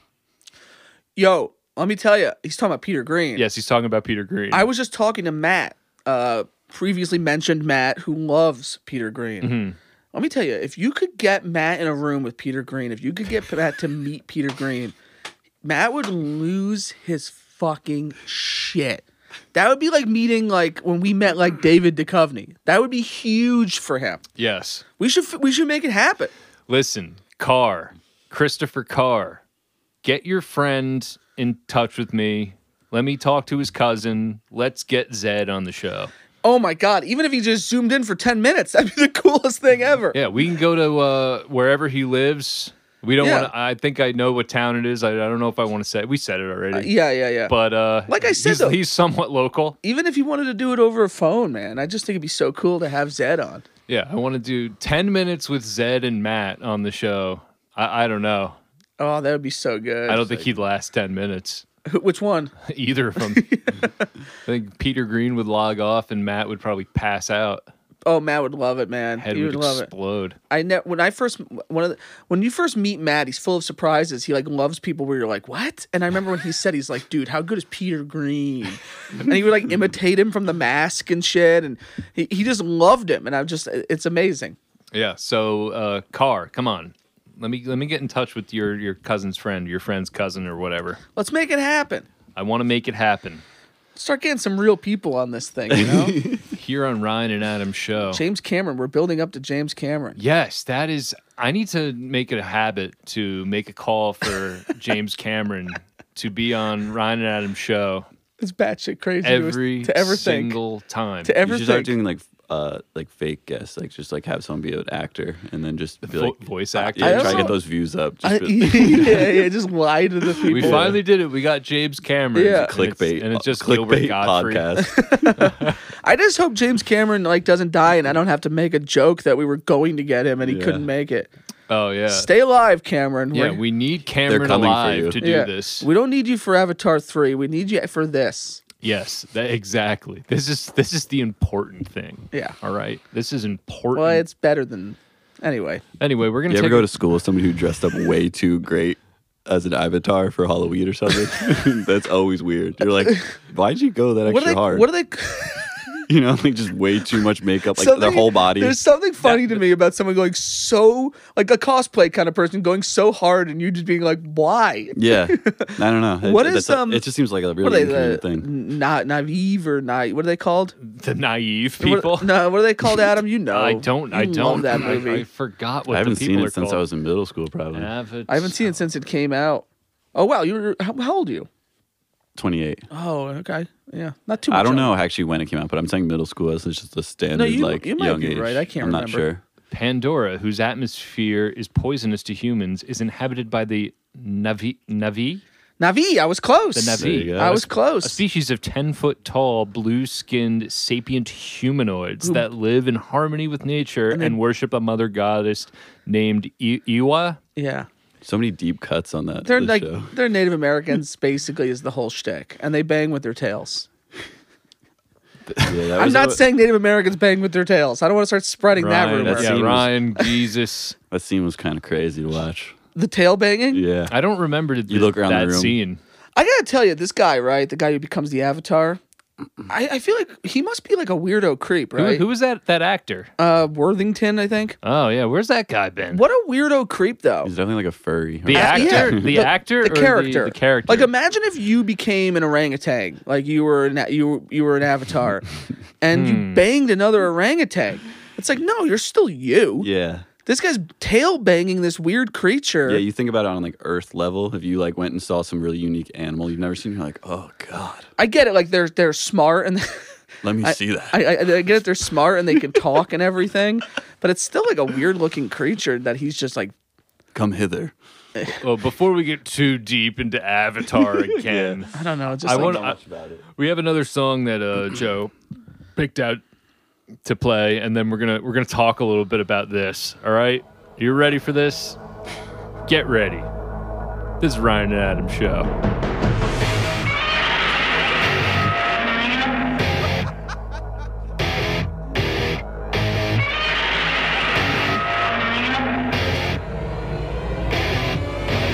Speaker 2: Yo, let me tell you, he's talking about Peter Green.
Speaker 1: Yes, he's talking about Peter Green.
Speaker 2: I was just talking to Matt, uh, previously mentioned Matt, who loves Peter Green.
Speaker 1: Mm-hmm.
Speaker 2: Let me tell you, if you could get Matt in a room with Peter Green, if you could get Matt to meet Peter Green, Matt would lose his fucking shit. That would be like meeting like when we met like David Duchovny. That would be huge for him.
Speaker 1: yes.
Speaker 2: We should f- we should make it happen.
Speaker 1: Listen, Carr, Christopher Carr, get your friend in touch with me. Let me talk to his cousin. Let's get Zed on the show.
Speaker 2: Oh my god! Even if he just zoomed in for ten minutes, that'd be the coolest thing ever.
Speaker 1: Yeah, we can go to uh, wherever he lives. We don't
Speaker 2: Yeah.
Speaker 1: want to. I think I know what town it is. I, I don't know if I want to say. We said it already.
Speaker 2: yeah, yeah, yeah.
Speaker 1: But uh,
Speaker 2: Like I said,
Speaker 1: he's,
Speaker 2: though-
Speaker 1: he's somewhat local.
Speaker 2: even if you wanted to do it over a phone, man, I just think it'd be so cool to have Zed on.
Speaker 1: Yeah, I want to do ten minutes with Zed and Matt on the show. I, I don't know.
Speaker 2: Oh, that would be so good.
Speaker 1: I don't think he'd last ten minutes.
Speaker 2: Who- Which one?
Speaker 1: either of them. I think Peter Green would log off and Matt would probably pass out.
Speaker 2: Oh, Matt would love it, man.
Speaker 1: Head
Speaker 2: he would
Speaker 1: would
Speaker 2: love it.
Speaker 1: explode.
Speaker 2: I know when I first one of the, when you first meet Matt, he's full of surprises. He like loves people where you're like, what? And I remember when he said he's like, dude, how good is Peter Green? and he would like imitate him from the mask and shit, and he, he just loved him. And I'm just, it's amazing.
Speaker 1: Yeah. So, uh, Carr, come on. Let me let me get in touch with your your cousin's friend, your friend's cousin, or whatever.
Speaker 2: Let's make it happen.
Speaker 1: I want to make it happen
Speaker 2: Start getting some real people on this thing, you know?
Speaker 1: here on Ryan and Adam's show.
Speaker 2: James Cameron. We're building up to James Cameron.
Speaker 1: Yes, that is. I need to make it a habit to make a call for James Cameron to be on Ryan and Adam's show
Speaker 2: It's batshit crazy to-
Speaker 1: every
Speaker 2: to, ever think.
Speaker 1: single time.
Speaker 2: To
Speaker 3: You
Speaker 2: ever
Speaker 3: should start
Speaker 2: think.
Speaker 3: doing like, f- uh, like fake guests, like just like have someone be an actor and then just be
Speaker 1: Vo-
Speaker 3: like, uh,
Speaker 1: voice actor.
Speaker 3: yeah, try to
Speaker 2: also-
Speaker 3: get those views up. Just
Speaker 2: I-
Speaker 3: be-
Speaker 2: yeah, yeah, just lie to the people.
Speaker 1: We finally did it. We got James Cameron. And
Speaker 2: Yeah.
Speaker 1: it's-
Speaker 3: clickbait, uh,
Speaker 1: and it's just Gilbert
Speaker 3: clickbait
Speaker 1: Godfrey.
Speaker 3: podcast.
Speaker 2: I just hope James Cameron like doesn't die, and I don't have to make a joke that we were going to get him and he
Speaker 3: Yeah.
Speaker 2: couldn't make it.
Speaker 1: Oh yeah,
Speaker 2: Stay alive, Cameron.
Speaker 1: yeah.
Speaker 2: We're-
Speaker 1: We need Cameron
Speaker 3: coming for
Speaker 1: alive
Speaker 3: you.
Speaker 1: to do
Speaker 2: yeah.
Speaker 1: this.
Speaker 2: We don't need you for Avatar three. We need you for this.
Speaker 1: Yes, that, exactly. This is this is the important thing.
Speaker 2: Yeah.
Speaker 1: All right. This is important.
Speaker 2: Well, it's better than anyway.
Speaker 1: anyway, we're gonna
Speaker 3: you ever
Speaker 1: take
Speaker 3: go
Speaker 1: a-
Speaker 3: to school with somebody who dressed up way too great as an avatar for Halloween or something? That's always weird. You're like, why'd you go that
Speaker 2: What are
Speaker 3: extra
Speaker 2: they?
Speaker 3: hard?
Speaker 2: What are they?
Speaker 3: you know, like just way too much makeup, like their
Speaker 2: Something-
Speaker 3: whole body.
Speaker 2: There's something funny to me about someone going so like a cosplay kind of person going so hard, and you just being like, why?
Speaker 3: Yeah, I don't know. It,
Speaker 2: What
Speaker 3: that's
Speaker 2: is,
Speaker 3: a-
Speaker 2: um,
Speaker 3: It just seems like a
Speaker 2: What
Speaker 3: really
Speaker 2: are they?
Speaker 3: inconvenient
Speaker 2: The,
Speaker 3: thing.
Speaker 2: na- naive or naive? What are they called?
Speaker 1: the naive
Speaker 2: What-
Speaker 1: people.
Speaker 2: no, what are they called, Adam? You know.
Speaker 1: I don't. I
Speaker 2: You
Speaker 1: don't.
Speaker 2: Love that
Speaker 1: I- I,
Speaker 2: movie. I,
Speaker 1: forgot what
Speaker 3: I haven't
Speaker 1: the
Speaker 3: seen
Speaker 1: people
Speaker 3: it
Speaker 1: are
Speaker 3: since I
Speaker 1: called.
Speaker 3: was in middle school, probably.
Speaker 1: Avatar.
Speaker 2: haven't seen it since it came out. Oh wow, you were how, how old are you?
Speaker 3: Twenty-eight.
Speaker 2: Oh, okay, yeah, not too. much
Speaker 3: I don't know
Speaker 2: older.
Speaker 3: actually when it came out, but I'm saying middle school is just a standard
Speaker 2: you-
Speaker 3: like
Speaker 2: you might
Speaker 3: young
Speaker 2: be
Speaker 3: age.
Speaker 2: right. I can't
Speaker 3: I'm not
Speaker 2: remember.
Speaker 3: sure.
Speaker 1: Pandora, whose atmosphere is poisonous to humans, is inhabited by the Navi. Navi.
Speaker 2: Navi, I was close.
Speaker 1: The Navi. There you
Speaker 3: go.
Speaker 2: I was
Speaker 1: A
Speaker 2: close.
Speaker 1: species of 10 foot tall, blue skinned, sapient humanoids that live in harmony with nature and, worship a mother goddess named I- Iwa.
Speaker 2: Yeah,
Speaker 3: So many deep cuts on that.
Speaker 2: they're
Speaker 3: this
Speaker 2: like
Speaker 3: show.
Speaker 2: they're Native Americans basically is the whole shtick, and they bang with their tails.
Speaker 3: Yeah, that
Speaker 2: I'm
Speaker 3: was
Speaker 2: not
Speaker 3: a-
Speaker 2: saying Native Americans bang with their tails. I don't want to start spreading that
Speaker 1: Ryan,
Speaker 2: rumor.
Speaker 3: that's-
Speaker 1: yeah,
Speaker 3: Seems-
Speaker 1: Ryan, Jesus.
Speaker 3: that scene was kind of crazy to watch.
Speaker 2: The tail banging.
Speaker 3: Yeah,
Speaker 1: I don't remember the,
Speaker 3: You look around the
Speaker 1: that
Speaker 3: room.
Speaker 1: scene.
Speaker 2: I gotta tell you, this guy, right? The guy who becomes the Avatar. I, I feel like he must be like a weirdo creep,
Speaker 1: Who,
Speaker 2: right?
Speaker 1: who was that, that actor?
Speaker 2: uh, Worthington, I think.
Speaker 1: Oh, yeah. Where's that guy been?
Speaker 2: What a weirdo creep, though.
Speaker 3: he's definitely like a furry.
Speaker 1: The
Speaker 3: Or-
Speaker 1: actor?
Speaker 2: yeah.
Speaker 1: The,
Speaker 2: The-
Speaker 1: actor?
Speaker 2: The
Speaker 1: or
Speaker 2: character,
Speaker 1: The, character.
Speaker 2: Like, imagine if you became an orangutan, like you were an you were- you were an avatar, and you banged another orangutan. It's like, no, you're still you.
Speaker 3: yeah,
Speaker 2: This guy's tail banging this weird creature.
Speaker 3: Yeah, you think about it on like Earth level. If you like went and saw some really unique animal you've never seen, you're like, oh god,
Speaker 2: I get it. Like they're they're smart and
Speaker 3: let me see that.
Speaker 2: I, I, I get it. They're smart and they can talk and everything, but it's still like a weird looking creature that he's just like.
Speaker 3: Come hither.
Speaker 1: Well, before we get too deep into Avatar again,
Speaker 2: I don't know. Just
Speaker 1: I
Speaker 2: like,
Speaker 1: want to.
Speaker 3: about it.
Speaker 1: We have another song that uh, Joe picked out to play, and then we're gonna we're gonna talk a little bit about this. All right, you ready for this? Get ready. This is Ryan and Adam show.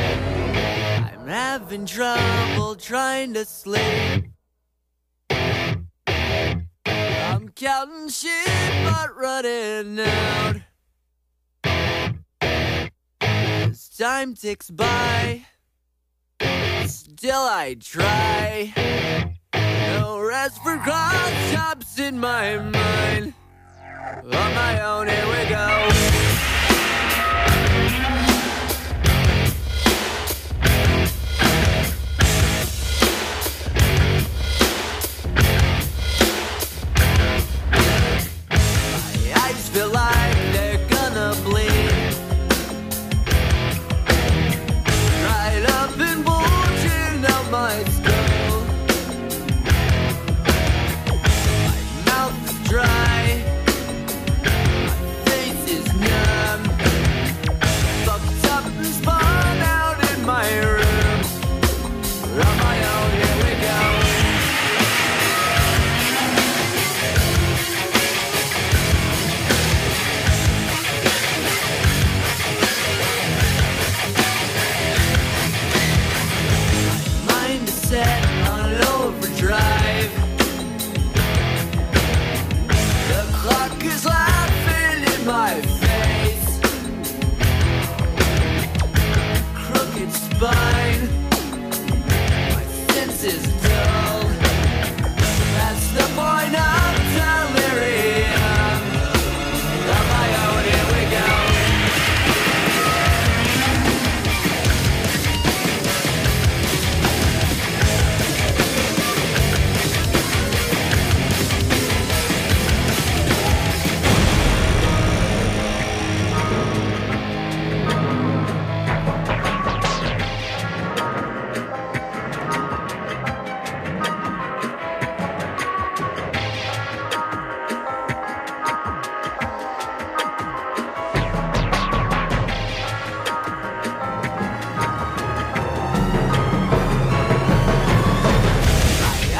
Speaker 4: I'm having trouble trying to sleep. I'm counting sheep but running out. As time ticks by, still I try. No rest for concepts in my mind. On my own, here we go. My eyes feel like they're gonna bleed. Dried up and bulging out my skull. My mouth is dry. My face is numb. Fucked up and spun out in my room. On my own, here we go. mind is set on an overdrive. The clock is laughing in my face. Crooked spine, my senses dull. That's the point of delirium. On my own, here we go.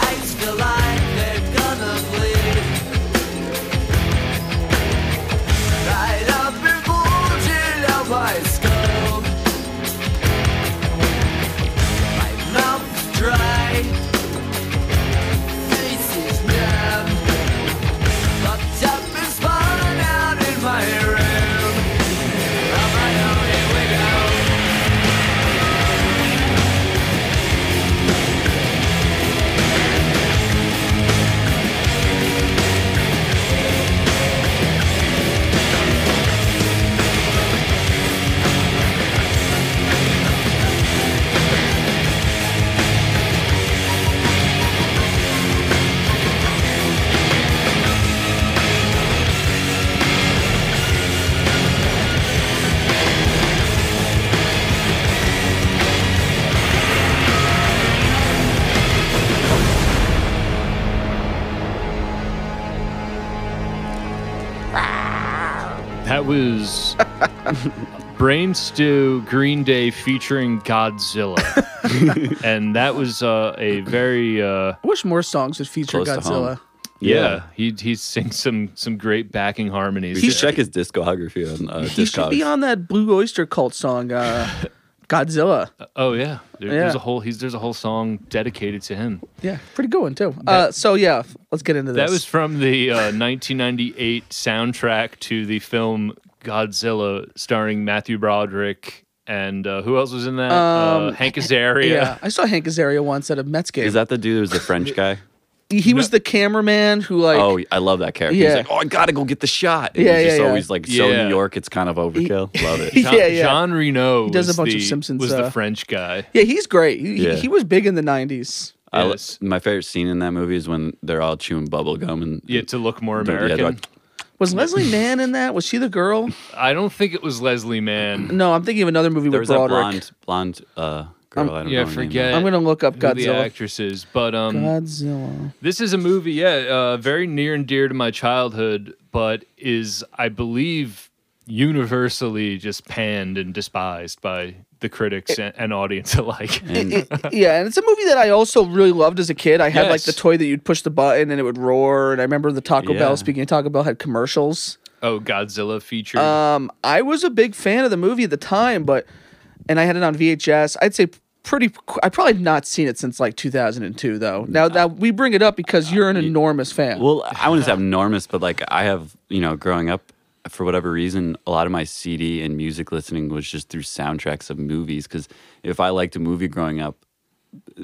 Speaker 4: Eyes feel like they're gonna bleed. Right up and bulging out my skull. My mouth is dry. Face is numb. Fucked up and spun out in my room. On my own, here we go.
Speaker 1: That was Brain Stew Green Day featuring Godzilla, and that was uh, a very uh,
Speaker 2: I wish more songs would feature
Speaker 3: Close to
Speaker 2: Godzilla.
Speaker 3: home.
Speaker 1: yeah. He he sings some some great backing harmonies.
Speaker 3: We
Speaker 1: there.
Speaker 3: should check his discography on uh,
Speaker 2: He should be
Speaker 3: Discogs.
Speaker 2: on that Blue Oyster Cult song, uh, Godzilla.
Speaker 1: Oh yeah. There- there's
Speaker 2: Yeah.
Speaker 1: a whole he's there's a whole song dedicated to him.
Speaker 2: Yeah, pretty good one too. Uh, so yeah, f- let's get into this.
Speaker 1: That was from the uh, 1998 soundtrack to the film Godzilla, starring Matthew Broderick and uh, who else was in that?
Speaker 2: Um,
Speaker 1: uh, Hank Azaria.
Speaker 2: yeah. I saw Hank Azaria once at a Mets game.
Speaker 3: Is that the dude who's the French guy?
Speaker 2: he was the cameraman who like
Speaker 3: Oh, I love that character.
Speaker 2: Yeah.
Speaker 3: He's like, oh, I gotta go get the shot. And
Speaker 2: Yeah,
Speaker 3: he's just
Speaker 2: yeah, yeah.
Speaker 3: always like so
Speaker 1: Yeah.
Speaker 3: New York, it's kind of overkill. love it.
Speaker 1: John,
Speaker 2: Yeah, yeah.
Speaker 1: Jean Reno
Speaker 2: He does a
Speaker 1: was
Speaker 2: bunch of
Speaker 1: the-
Speaker 2: Simpsons,
Speaker 1: Was
Speaker 2: uh,
Speaker 1: the French guy?
Speaker 2: yeah, he's great. He, he-
Speaker 3: Yeah.
Speaker 2: he, was big in the '90s.
Speaker 3: I lo-
Speaker 1: Yes.
Speaker 3: my favorite scene in that movie is when they're all chewing bubble gum and
Speaker 1: Yeah, to look more
Speaker 3: Yeah, they're
Speaker 1: American.
Speaker 3: like-
Speaker 2: Was Leslie Mann in that? Was she the girl?
Speaker 1: I don't think it was Leslie Mann.
Speaker 2: No, I'm thinking of another movie
Speaker 3: there
Speaker 2: with
Speaker 3: was
Speaker 2: Broderick.
Speaker 3: that blonde blonde uh, girl. I don't
Speaker 1: yeah,
Speaker 3: know her name.
Speaker 1: forget.
Speaker 2: I'm gonna look up
Speaker 1: who the
Speaker 2: Godzilla.
Speaker 1: actress is, but um,
Speaker 2: Godzilla.
Speaker 1: This is a movie, yeah, uh, very near and dear to my childhood, but is, I believe, universally just panned and despised by the critics and, and audience alike.
Speaker 3: And
Speaker 2: yeah, and it's a movie that I also really loved as a kid. I had like the
Speaker 1: Yes.
Speaker 2: toy that you'd push the button and it would roar. And I remember the Taco
Speaker 3: Yeah.
Speaker 2: Bell. Speaking of Taco Bell, had commercials.
Speaker 1: oh, Godzilla feature.
Speaker 2: Um, I was a big fan of the movie at the time, but and I had it on VHS. I'd say pretty. qu- I probably have not seen it since like 2002 though. Now that we bring it up because you're an enormous fan.
Speaker 3: well, I wouldn't say enormous, but like I have, you know, growing up, for whatever reason, a lot of my CD and music listening was just through soundtracks of movies. Because if I liked a movie growing up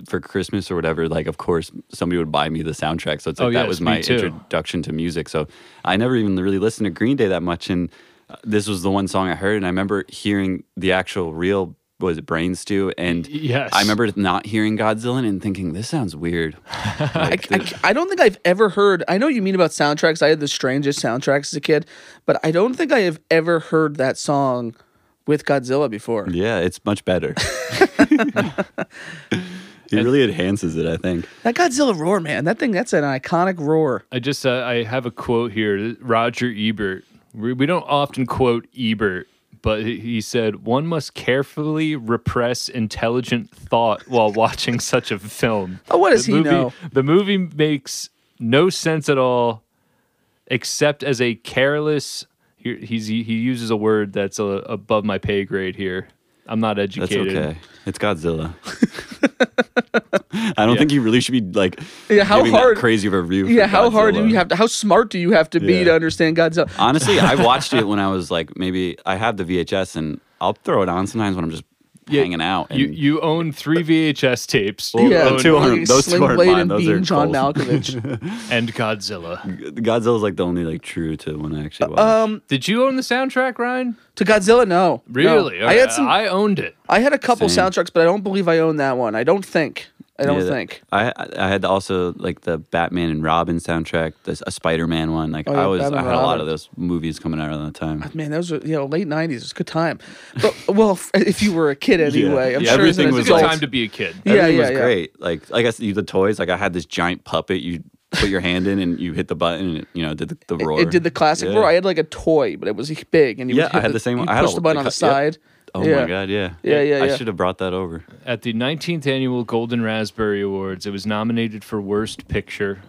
Speaker 3: for Christmas or whatever, like of course somebody would buy me the soundtrack. So it's like
Speaker 1: Oh,
Speaker 3: that
Speaker 1: yes,
Speaker 3: was
Speaker 1: me
Speaker 3: my
Speaker 1: too.
Speaker 3: introduction to music. So I never even really listened to Green Day that much, and uh, this was the one song I heard, and I remember hearing the actual real. Was it Brain Stew? And
Speaker 1: Yes.
Speaker 3: I remember not hearing Godzilla and thinking, this sounds weird.
Speaker 2: I,
Speaker 3: Like,
Speaker 2: I, I don't think I've ever heard. I know what you mean about soundtracks. I had the strangest soundtracks as a kid, but I don't think I have ever heard that song with Godzilla before.
Speaker 3: Yeah, it's much better. it really enhances it, I think.
Speaker 2: That Godzilla roar, man. That thing. That's an iconic roar.
Speaker 1: I just, uh, I have a quote here Roger Ebert. We, we don't often quote Ebert. But he- he said, one must carefully repress intelligent thought while watching such a film.
Speaker 2: Oh, what does
Speaker 1: the
Speaker 2: he
Speaker 1: movie,
Speaker 2: know?
Speaker 1: The movie makes no sense at all, except as a careless. Here, he's he uses a word that's uh above my pay grade here. I'm not
Speaker 3: That's
Speaker 1: educated.
Speaker 3: okay. It's Godzilla. I don't think you really should be like
Speaker 2: Yeah, how
Speaker 3: giving that
Speaker 2: hard-
Speaker 3: crazy of a review. for
Speaker 2: Yeah, how hard do
Speaker 3: Godzilla.
Speaker 2: you have to? How smart do you have to be
Speaker 3: Yeah.
Speaker 2: to understand Godzilla?
Speaker 3: Honestly, I watched it when I was like maybe I have the VHS and I'll throw it on sometimes when I'm just
Speaker 1: Yeah,
Speaker 3: hanging out. And
Speaker 1: You you own three VHS tapes. you
Speaker 2: yeah,
Speaker 3: the two
Speaker 1: own
Speaker 3: aren't-
Speaker 2: fucking
Speaker 3: those two
Speaker 2: Sling
Speaker 3: aren't
Speaker 2: Blade
Speaker 3: mine.
Speaker 2: and
Speaker 3: Those
Speaker 2: Being
Speaker 3: are
Speaker 2: John
Speaker 3: Cole's.
Speaker 2: Malkovich.
Speaker 1: and Godzilla.
Speaker 3: Godzilla's like the only like true to when I actually watched.
Speaker 2: um,
Speaker 1: Did you own the soundtrack, Ryan?
Speaker 2: to Godzilla, no, No.
Speaker 1: Really?
Speaker 2: I
Speaker 1: Alright,
Speaker 2: had some.
Speaker 1: I owned it.
Speaker 2: I had a couple
Speaker 3: Same.
Speaker 2: soundtracks, but I don't believe I own that one. I don't think. I don't
Speaker 3: Yeah, that-
Speaker 2: think.
Speaker 3: I I- I had also like the Batman and Robin soundtrack, the, a Spider Man one. Like
Speaker 2: Oh, yeah,
Speaker 3: I was,
Speaker 2: Batman
Speaker 3: I had a lot
Speaker 2: Robin.
Speaker 3: of those movies coming out around that time.
Speaker 2: Man, those were you know late '90s. It was a good time. But well, f- if you were a kid anyway, I'm
Speaker 3: Yeah,
Speaker 2: sure
Speaker 3: everything
Speaker 2: as
Speaker 1: It's a
Speaker 2: an
Speaker 3: was
Speaker 1: good
Speaker 2: adult-
Speaker 3: like-
Speaker 1: time to be a kid.
Speaker 2: Yeah,
Speaker 3: Everything
Speaker 2: yeah,
Speaker 3: was
Speaker 2: yeah.
Speaker 3: great. Like like I guess you- the toys. Like I had this giant puppet. You put your hand in and you hit the button and it, you know did the, the roar.
Speaker 2: It did the classic
Speaker 3: Yeah.
Speaker 2: roar. I had like a toy, but it was big, and you
Speaker 3: Yeah,
Speaker 2: would
Speaker 3: I
Speaker 2: hit
Speaker 3: had the same one.
Speaker 2: you'd
Speaker 3: I had
Speaker 2: push
Speaker 3: a-
Speaker 2: the button
Speaker 3: like
Speaker 2: on
Speaker 3: a-
Speaker 2: the side.
Speaker 3: Oh
Speaker 2: yeah.
Speaker 3: my god! Yeah.
Speaker 2: Yeah, yeah,
Speaker 3: I
Speaker 2: yeah.
Speaker 3: should have brought that over.
Speaker 1: At the 19th annual Golden Raspberry Awards, it was nominated for Worst Picture,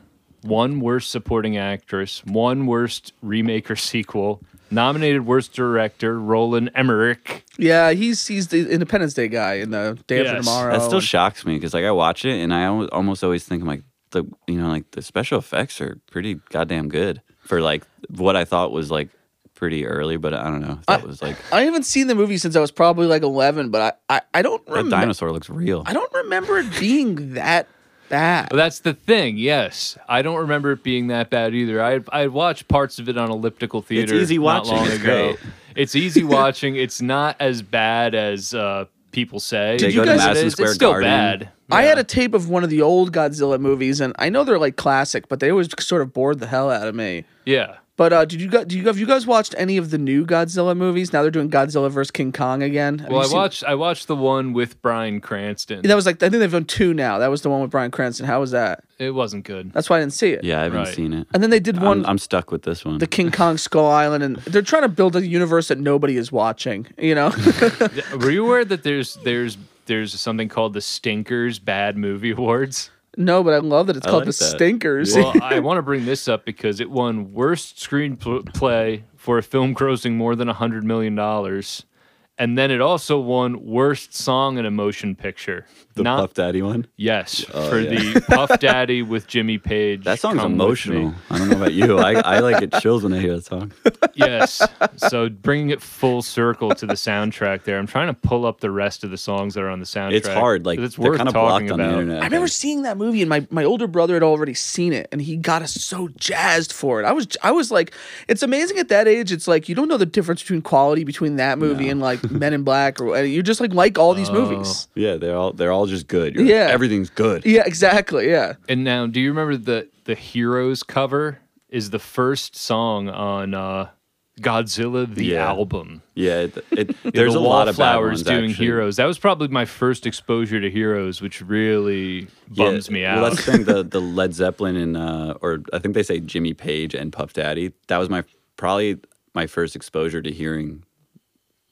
Speaker 1: one Worst Supporting Actress, one Worst Remake or Sequel, nominated Worst Director, Roland Emmerich.
Speaker 2: Yeah, he's he's the Independence Day guy in the Day After
Speaker 1: Yes.
Speaker 2: Tomorrow.
Speaker 3: That still
Speaker 2: and-
Speaker 3: shocks me because like I watch it and I al- almost always think I'm like the you know like the special effects are pretty goddamn good for like what I thought was like pretty early, but I don't know. I thought it was like
Speaker 2: I haven't seen the movie since I was probably like 11, but I I, I don't
Speaker 3: that
Speaker 2: remember.
Speaker 3: dinosaur looks real.
Speaker 2: I don't remember it being that bad.
Speaker 1: Well, that's the thing, yes. I don't remember it being that bad either. I I watched parts of it on elliptical theater.
Speaker 3: easy
Speaker 1: not
Speaker 3: watching.
Speaker 1: long
Speaker 3: It's
Speaker 1: ago.
Speaker 3: great.
Speaker 1: It's easy watching. It's not as bad as uh, people say.
Speaker 3: Did
Speaker 2: you go to guys-
Speaker 3: Madison
Speaker 1: It's-
Speaker 3: Square
Speaker 1: it's still
Speaker 3: Garden?
Speaker 1: bad.
Speaker 2: I had a tape of one of the old Godzilla movies, and I know they're like classic, but they always sort of bored the hell out of me.
Speaker 1: Yeah.
Speaker 2: But uh, did you guys, do you have you guys watched any of the new Godzilla movies? Now they're doing Godzilla vs King Kong again. Have
Speaker 1: Well,
Speaker 2: you
Speaker 1: I
Speaker 2: seen-
Speaker 1: watched I watched the one with Brian Cranston.
Speaker 2: That was like I think they've done two now. That was the one with Brian Cranston. How was that?
Speaker 1: It wasn't good.
Speaker 2: That's why I didn't see it.
Speaker 3: yeah, I haven't
Speaker 1: Right.
Speaker 3: seen it.
Speaker 2: And then they did one
Speaker 3: I'm, I'm stuck with this one.
Speaker 2: the King Kong Skull Island, and they're trying to build a universe that nobody is watching. You know,
Speaker 1: Yeah, Were you aware that there's there's there's something called the Stinkers Bad Movie Awards?
Speaker 2: no, but I love that it's
Speaker 3: I
Speaker 2: called
Speaker 3: like
Speaker 2: the
Speaker 3: that.
Speaker 2: Stinkers.
Speaker 1: Well, I want to bring this up because it won worst screenplay for a film grossing more than hundred million dollars, And then it also won worst song in a motion picture.
Speaker 3: The
Speaker 1: Not
Speaker 3: Puff Daddy one.
Speaker 1: yes for
Speaker 3: yeah.
Speaker 1: the Puff Daddy with Jimmy Page.
Speaker 3: That song's
Speaker 1: Come With
Speaker 3: emotional.
Speaker 1: Me.
Speaker 3: I don't know about you. I, I like it chills when I hear that song.
Speaker 1: Yes. So bringing it full circle to the soundtrack there. I'm trying to pull up the rest of the songs that are on the soundtrack.
Speaker 3: It's hard. Like
Speaker 1: but it's
Speaker 3: they're
Speaker 1: worth
Speaker 3: kind of
Speaker 1: talking
Speaker 3: blocked
Speaker 1: about.
Speaker 3: on the internet.
Speaker 2: I remember
Speaker 3: think.
Speaker 2: seeing that movie, and my, my older brother had already seen it, and he got us so jazzed for it. I was I was like, it's amazing at that age. It's like you don't know the difference between quality between that movie and like Men in Black, or and you just like like all
Speaker 3: Oh.
Speaker 2: these movies.
Speaker 3: Yeah, they're all they're all just good. You're like,
Speaker 2: Yeah.
Speaker 3: everything's good.
Speaker 2: Yeah, exactly. Yeah,
Speaker 1: And now, do you remember the the Heroes cover is the first song on uh, Godzilla the
Speaker 3: Yeah.
Speaker 1: album?
Speaker 3: Yeah, it, it, there's
Speaker 1: the
Speaker 3: a lot of bad
Speaker 1: Wallflowers
Speaker 3: ones,
Speaker 1: doing
Speaker 3: actually.
Speaker 1: Heroes. That was probably my first exposure to Heroes, which really
Speaker 3: Yeah,
Speaker 1: bums me
Speaker 3: well,
Speaker 1: out.
Speaker 3: that's the thing. The the Led Zeppelin and uh, or I think they say Jimmy Page and Puff Daddy. That was my probably my first exposure to hearing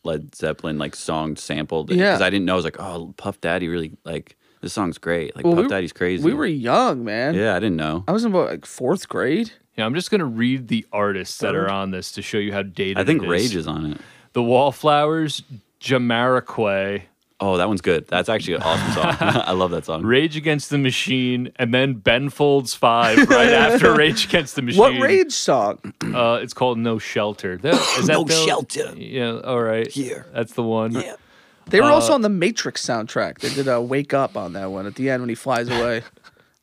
Speaker 3: Led Zeppelin like song sampled.
Speaker 2: Yeah.
Speaker 3: because I didn't know. I was like, oh, Puff Daddy really like this song's great. Like
Speaker 2: Well,
Speaker 3: Puff
Speaker 2: we-
Speaker 3: Daddy's crazy.
Speaker 2: we were young, man.
Speaker 3: yeah, I didn't know.
Speaker 2: I was in about like fourth grade.
Speaker 1: yeah, I'm just gonna read the artists that are on this to show you how dated.
Speaker 3: Uh-huh. I think
Speaker 1: it is.
Speaker 3: Rage is on it.
Speaker 1: the Wallflowers, Jamiroquai,
Speaker 3: Oh, that one's good. That's actually an awesome song. I love that song.
Speaker 1: Rage Against the Machine, and then Ben Folds Five right after Rage Against the Machine.
Speaker 2: What rage song?
Speaker 1: Uh, it's called No Shelter. That, is that
Speaker 3: No
Speaker 1: the-
Speaker 3: Shelter.
Speaker 1: Yeah, all right.
Speaker 3: Here.
Speaker 1: That's the one.
Speaker 2: They were
Speaker 1: Uh,
Speaker 2: also on the Matrix soundtrack. They did a Wake Up on that one at the end when he flies away.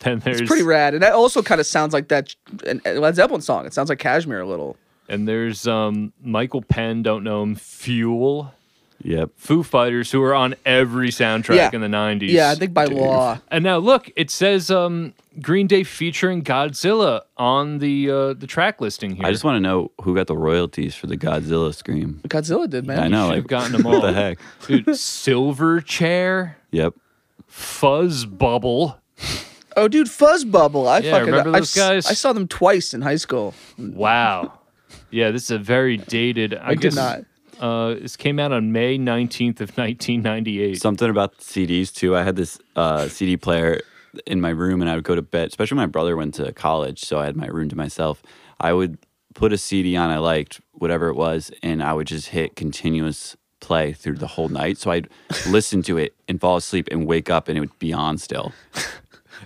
Speaker 1: Then there's
Speaker 2: Pretty rad, and that also kind of sounds like that an- a Led Zeppelin song. It sounds like Cashmere a little.
Speaker 1: and there's um Michael Penn, don't know him, Fuel,
Speaker 3: Yep.
Speaker 1: Foo Fighters, who are on every soundtrack
Speaker 2: Yeah.
Speaker 1: in the 90s.
Speaker 2: Yeah, I think by law.
Speaker 1: And now look, it says um Green Day featuring Godzilla on the uh the track listing here.
Speaker 3: I just want to know who got the royalties for the Godzilla scream.
Speaker 2: Godzilla did, man.
Speaker 3: I know.
Speaker 1: should
Speaker 3: I've
Speaker 1: have gotten them all.
Speaker 3: What the heck?
Speaker 1: Dude, Silver Chair,
Speaker 3: Yep.
Speaker 1: Fuzz Bubble.
Speaker 2: Oh, dude, Fuzz Bubble. I
Speaker 1: Yeah,
Speaker 2: fucking
Speaker 1: remember
Speaker 2: I
Speaker 1: those
Speaker 2: s-
Speaker 1: guys?
Speaker 2: I saw them twice in high school.
Speaker 1: Wow. Yeah, this is a very dated. I,
Speaker 2: did
Speaker 1: guess,
Speaker 2: not.
Speaker 1: Uh, this came out on May 19th of 1998.
Speaker 3: Something about CDs too. I had this uh, CD player in my room, and I would go to bed. Especially when my brother went to college, so I had my room to myself. I would put a CD on I liked, whatever it was, and I would just hit continuous play through the whole night. So I'd listen to it and fall asleep and wake up, and it would be on still.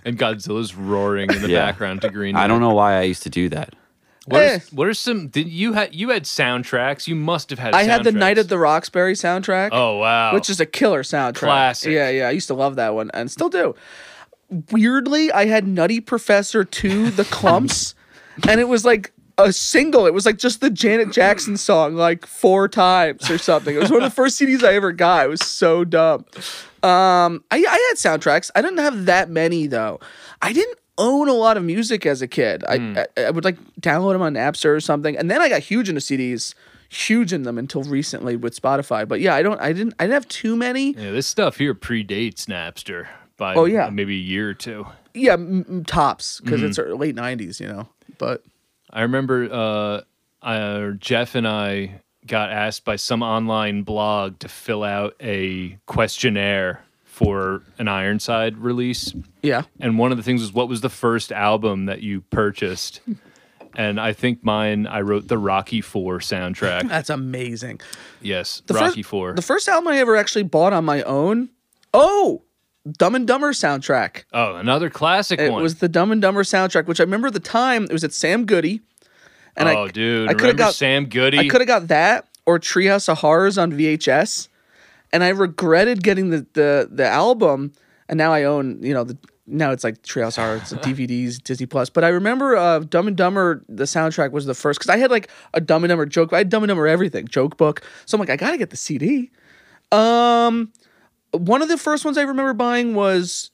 Speaker 1: and Godzilla's roaring in the
Speaker 3: Yeah.
Speaker 1: background to Green Day.
Speaker 3: I don't know why I used to do that.
Speaker 1: What,
Speaker 2: Eh.
Speaker 1: are, what are some? Did you had you had soundtracks? You must have had.
Speaker 2: I had the
Speaker 1: soundtracks.
Speaker 2: Night at the Roxbury soundtrack.
Speaker 1: Oh wow!
Speaker 2: Which is a killer soundtrack.
Speaker 1: Classic.
Speaker 2: Yeah, yeah. I used to love that one and still do. Weirdly, I had Nutty Professor 2, The Clumps, and it was like a single. It was like just the Janet Jackson song, like four times or something. It was one of the first CDs I ever got. It was so dumb. Um, I, I had soundtracks. I didn't have that many though. I didn't own a lot of music as a kid. I,
Speaker 1: Hmm.
Speaker 2: I I would like download them on Napster or something, and then I got huge into CDs, huge in them until recently with Spotify. But yeah, I don't. I didn't. I didn't have too many.
Speaker 1: yeah, this stuff here predates Napster by
Speaker 2: Oh, yeah.
Speaker 1: maybe a year or two.
Speaker 2: Yeah, m- m- tops because it's
Speaker 1: Mm.
Speaker 2: our late '90s, you know. But
Speaker 1: I remember uh, uh, Jeff and I got asked by some online blog to fill out a questionnaire for an Ironside release.
Speaker 2: yeah,
Speaker 1: and one of the things was what was the first album that you purchased and i think mine i wrote the rocky four soundtrack
Speaker 2: that's amazing.
Speaker 1: yes
Speaker 2: Uh, The
Speaker 1: rocky
Speaker 2: first,
Speaker 1: four
Speaker 2: The first album I ever actually bought on my own. Oh, Dumb and Dumber soundtrack.
Speaker 1: oh another classic
Speaker 2: It
Speaker 1: one
Speaker 2: was the Dumb and Dumber soundtrack, which I remember at the time. It was at Sam Goody. And
Speaker 1: oh
Speaker 2: I,
Speaker 1: dude
Speaker 2: I
Speaker 1: I
Speaker 2: coulda
Speaker 1: remember
Speaker 2: got-
Speaker 1: sam goody
Speaker 2: I could have got that or Treehouse of Horrors on VHS, and I regretted getting the the the album. And now I own, you know, the now it's like Treehouse of Horrors, the DVDs, Disney Plus. But I remember uh, Dumb and Dumber. The soundtrack was the first because I had like a Dumb and Dumber joke. I had Dumb and Dumber everything joke book. So I'm like, I gotta get the CD. Um, one of the first ones I remember buying was.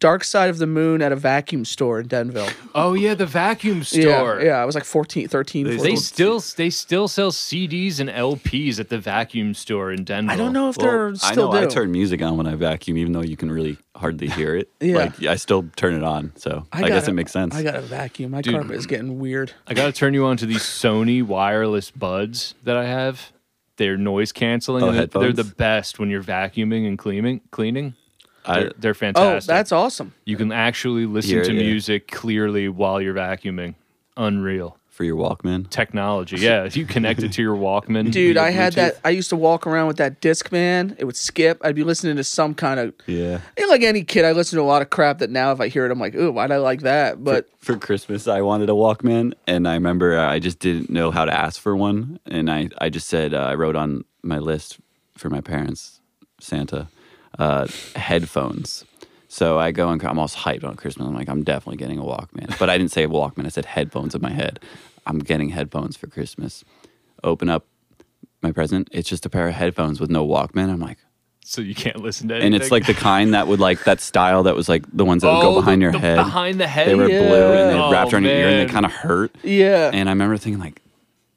Speaker 2: Dark Side of the Moon at a vacuum store in Denville.
Speaker 1: oh yeah the vacuum store
Speaker 2: Yeah, yeah, I was like 14, 13,
Speaker 1: They
Speaker 2: 14.
Speaker 1: still they still sell CDs and LPs at the vacuum store in Denver.
Speaker 2: I don't know if they're
Speaker 3: I
Speaker 2: still
Speaker 3: know I
Speaker 2: do.
Speaker 3: turn music on when I vacuum, even though you can really hardly hear it.
Speaker 2: Yeah.
Speaker 3: Like I still turn it on. So I, guess
Speaker 2: gotta-
Speaker 3: it makes sense.
Speaker 2: I got a vacuum. My carpet is getting weird.
Speaker 1: I gotta turn you on to these Sony wireless buds that I have. They're noise canceling.
Speaker 3: Oh,
Speaker 1: and they're- they're the
Speaker 3: headphones?
Speaker 1: best when you're vacuuming and cleaning. Cleaning.
Speaker 3: I-
Speaker 1: They're, they're
Speaker 2: Oh,
Speaker 1: fantastic.
Speaker 2: that's awesome.
Speaker 1: You can actually listen
Speaker 3: Hear it,
Speaker 1: to
Speaker 3: yeah.
Speaker 1: music clearly while you're vacuuming. Unreal.
Speaker 3: for your Walkman?
Speaker 1: Technology. Yeah, you connect it to your Walkman.
Speaker 2: Dude,
Speaker 1: via
Speaker 2: I had
Speaker 1: Bluetooth.
Speaker 2: that. I used to walk around with that disc man. It would skip. I'd be listening to some kind of.
Speaker 3: Yeah.
Speaker 2: you know, Like any kid, I listen to a lot of crap that now, if I hear it, I'm like, ooh, why'd I like that? But
Speaker 3: for Christmas, I wanted a Walkman, and I remember uh, I just didn't know how to ask for one, and I I just said uh, I wrote on my list for my parents, Santa, uh, headphones. So I go and I'm almost hyped on Christmas. I'm like, I'm definitely getting a Walkman, but I didn't say Walkman. I said headphones in my head. I'm getting headphones for Christmas. Open up my present. It's just a pair of headphones with no Walkman. I'm like,
Speaker 1: So you can't listen to anything.
Speaker 3: and it's like the kind that would like that style that was like the ones that would
Speaker 1: Oh,
Speaker 3: go
Speaker 1: the-
Speaker 3: behind your
Speaker 1: the
Speaker 3: head.
Speaker 1: behind the head?
Speaker 3: They were blue and they
Speaker 1: Yeah.
Speaker 3: wrapped around your ear and they
Speaker 1: Oh,
Speaker 3: kind of hurt.
Speaker 2: yeah.
Speaker 3: And I remember thinking like,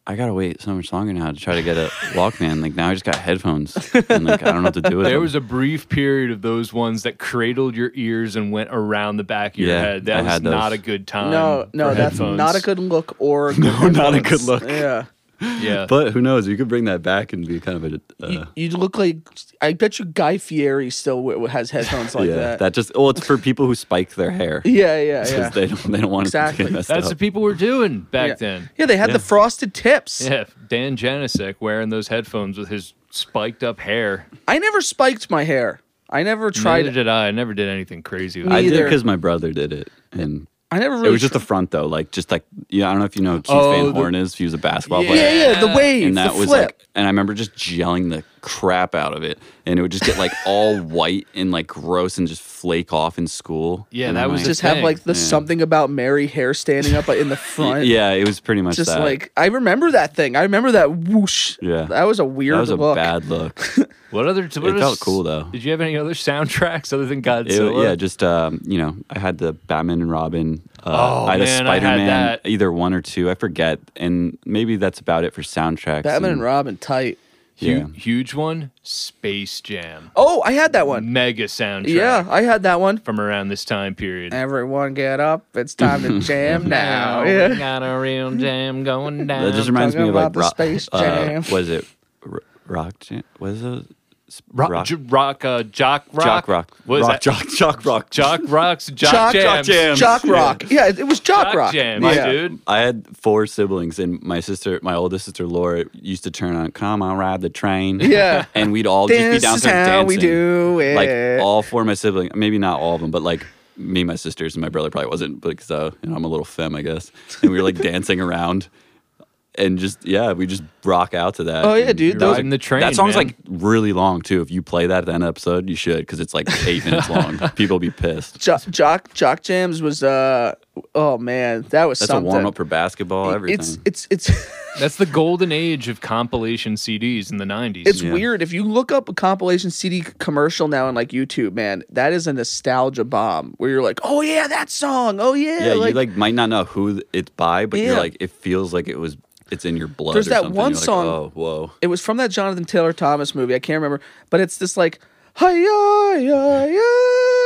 Speaker 3: I gotta wait so much longer now to try to get a Walkman. Like now I just got headphones and like I don't know what to do with
Speaker 1: There
Speaker 3: them.
Speaker 1: was a brief period of those ones that cradled your ears and went around the back of your
Speaker 3: Yeah,
Speaker 1: head.
Speaker 3: I
Speaker 1: That was
Speaker 3: had those.
Speaker 1: not a good time.
Speaker 2: no, no,
Speaker 1: for
Speaker 2: that's
Speaker 1: headphones.
Speaker 2: not a good look or. Good
Speaker 3: No, not a good
Speaker 2: headphones.
Speaker 3: look.
Speaker 2: Yeah.
Speaker 1: Yeah,
Speaker 3: but who knows? You could bring that back and be kind of a. Uh,
Speaker 2: You, you look like. I bet you Guy Fieri still w- has headphones like
Speaker 3: yeah,
Speaker 2: that.
Speaker 3: that. just well, it's for people who spike their hair.
Speaker 2: Yeah, yeah,
Speaker 3: 'Cause
Speaker 2: yeah.
Speaker 3: They don't. They don't want
Speaker 2: Exactly.
Speaker 3: it to get messed
Speaker 1: that's
Speaker 3: up.
Speaker 1: what people were doing back
Speaker 2: yeah.
Speaker 1: then.
Speaker 2: Yeah, they had the frosted tips.
Speaker 1: Yeah, Dan Janicek wearing those headphones with his spiked up hair.
Speaker 2: I never spiked my hair. I never tried.
Speaker 1: Neither did I. I never did anything crazy. With
Speaker 2: Me
Speaker 1: it.
Speaker 3: I did
Speaker 2: either.
Speaker 3: because my brother did it, and
Speaker 2: I never really.
Speaker 3: it was just
Speaker 2: tr-
Speaker 3: the front though. Like just like yeah, I don't know if you know who Keith
Speaker 1: Oh,
Speaker 3: Van
Speaker 1: the-
Speaker 3: Horn is. He was a basketball player.
Speaker 2: yeah, yeah, the
Speaker 1: Yeah.
Speaker 2: wave,
Speaker 3: and that
Speaker 2: the
Speaker 3: was
Speaker 2: flip.
Speaker 3: like and i remember just yelling the crap out of it and it would just get like all white and like gross and just flake off in school
Speaker 1: Yeah,
Speaker 3: And
Speaker 1: that
Speaker 3: I'm
Speaker 1: was
Speaker 2: just
Speaker 1: the
Speaker 2: have
Speaker 1: thing,
Speaker 2: like the
Speaker 3: yeah.
Speaker 2: something about Mary hair standing up in the front.
Speaker 3: yeah it was pretty much
Speaker 2: Just
Speaker 3: that.
Speaker 2: like I remember that thing. I remember that whoosh.
Speaker 3: Yeah.
Speaker 2: That was a weird
Speaker 3: that was a
Speaker 2: look.
Speaker 3: bad look
Speaker 1: what other? What
Speaker 3: felt
Speaker 1: else-
Speaker 3: cool, though.
Speaker 1: Did you have any other soundtracks other than
Speaker 3: It-
Speaker 1: Godzilla?
Speaker 3: yeah just um you know i had the batman and robin uh,
Speaker 1: Oh,
Speaker 3: i had a
Speaker 1: man, I had
Speaker 3: spider-man
Speaker 1: that.
Speaker 3: either one or two i forget and maybe that's about it for soundtracks
Speaker 2: Batman and Robin tight.
Speaker 1: Hu-
Speaker 3: yeah
Speaker 1: huge one. Space Jam.
Speaker 2: Oh, I had that
Speaker 3: Mmm,
Speaker 2: one.
Speaker 1: Mega soundtrack.
Speaker 2: Yeah, I had that one.
Speaker 1: from around this time period.
Speaker 2: Everyone get up. It's time to jam now.
Speaker 1: we
Speaker 2: Yeah.
Speaker 1: got a real jam going down.
Speaker 3: that just reminds me
Speaker 2: talking
Speaker 3: of like
Speaker 2: about the
Speaker 3: rock
Speaker 2: Space Jam.
Speaker 3: was it R- rock jam was it S-
Speaker 1: rock, rock, rock uh, jock rock,
Speaker 3: Jock Rock.
Speaker 1: What is
Speaker 3: rock,
Speaker 1: that?
Speaker 3: Jock, jock Rock.
Speaker 1: jock rocks, jock,
Speaker 2: Jock-
Speaker 1: jams.
Speaker 3: jams.
Speaker 2: Jock Rock. Yeah, it, it was Jock,
Speaker 1: Jock
Speaker 2: Rock.
Speaker 1: jams,
Speaker 2: yeah.
Speaker 1: dude.
Speaker 3: I had four siblings, and my sister, my oldest sister Laura, used to turn on "Come on, ride the train."
Speaker 2: Yeah.
Speaker 3: and we'd all just be
Speaker 2: This is
Speaker 3: downstairs
Speaker 2: how we
Speaker 3: dancing.
Speaker 2: do it.
Speaker 3: Like all four of my siblings, maybe not all of them, but like me, my sisters, and my brother probably wasn't, but because uh, you know, I'm a little femme, I guess. And we were like dancing around, and just yeah, we just rock out to that.
Speaker 2: Oh, yeah,
Speaker 3: And
Speaker 2: dude,
Speaker 3: that
Speaker 2: those-
Speaker 3: was-
Speaker 1: Riding the train,
Speaker 3: That song's
Speaker 1: man.
Speaker 3: like really long too. If you play that at the end of the episode, you should because it's like eight minutes long. People will be pissed.
Speaker 2: Jo- Jock Jock Jams was uh oh man, that was
Speaker 3: That's
Speaker 2: something.
Speaker 3: a warm up for basketball. Everything.
Speaker 2: It's it's it's
Speaker 1: That's the golden age of compilation CDs in the '90s.
Speaker 2: it's
Speaker 3: Yeah.
Speaker 2: weird if you look up a compilation CD commercial now on like YouTube, man. That is a nostalgia bomb where you're like, oh yeah, that song. Oh yeah,
Speaker 3: Yeah, you like might not know who th- it's by, but you're
Speaker 2: Yeah.
Speaker 3: like it feels like it was it's in your blood.
Speaker 2: There's
Speaker 3: or
Speaker 2: that
Speaker 3: something.
Speaker 2: one
Speaker 3: You're like,
Speaker 2: song-
Speaker 3: Oh, whoa!
Speaker 2: it was from that Jonathan Taylor Thomas movie. I can't remember, but it's this like hi ya ya ya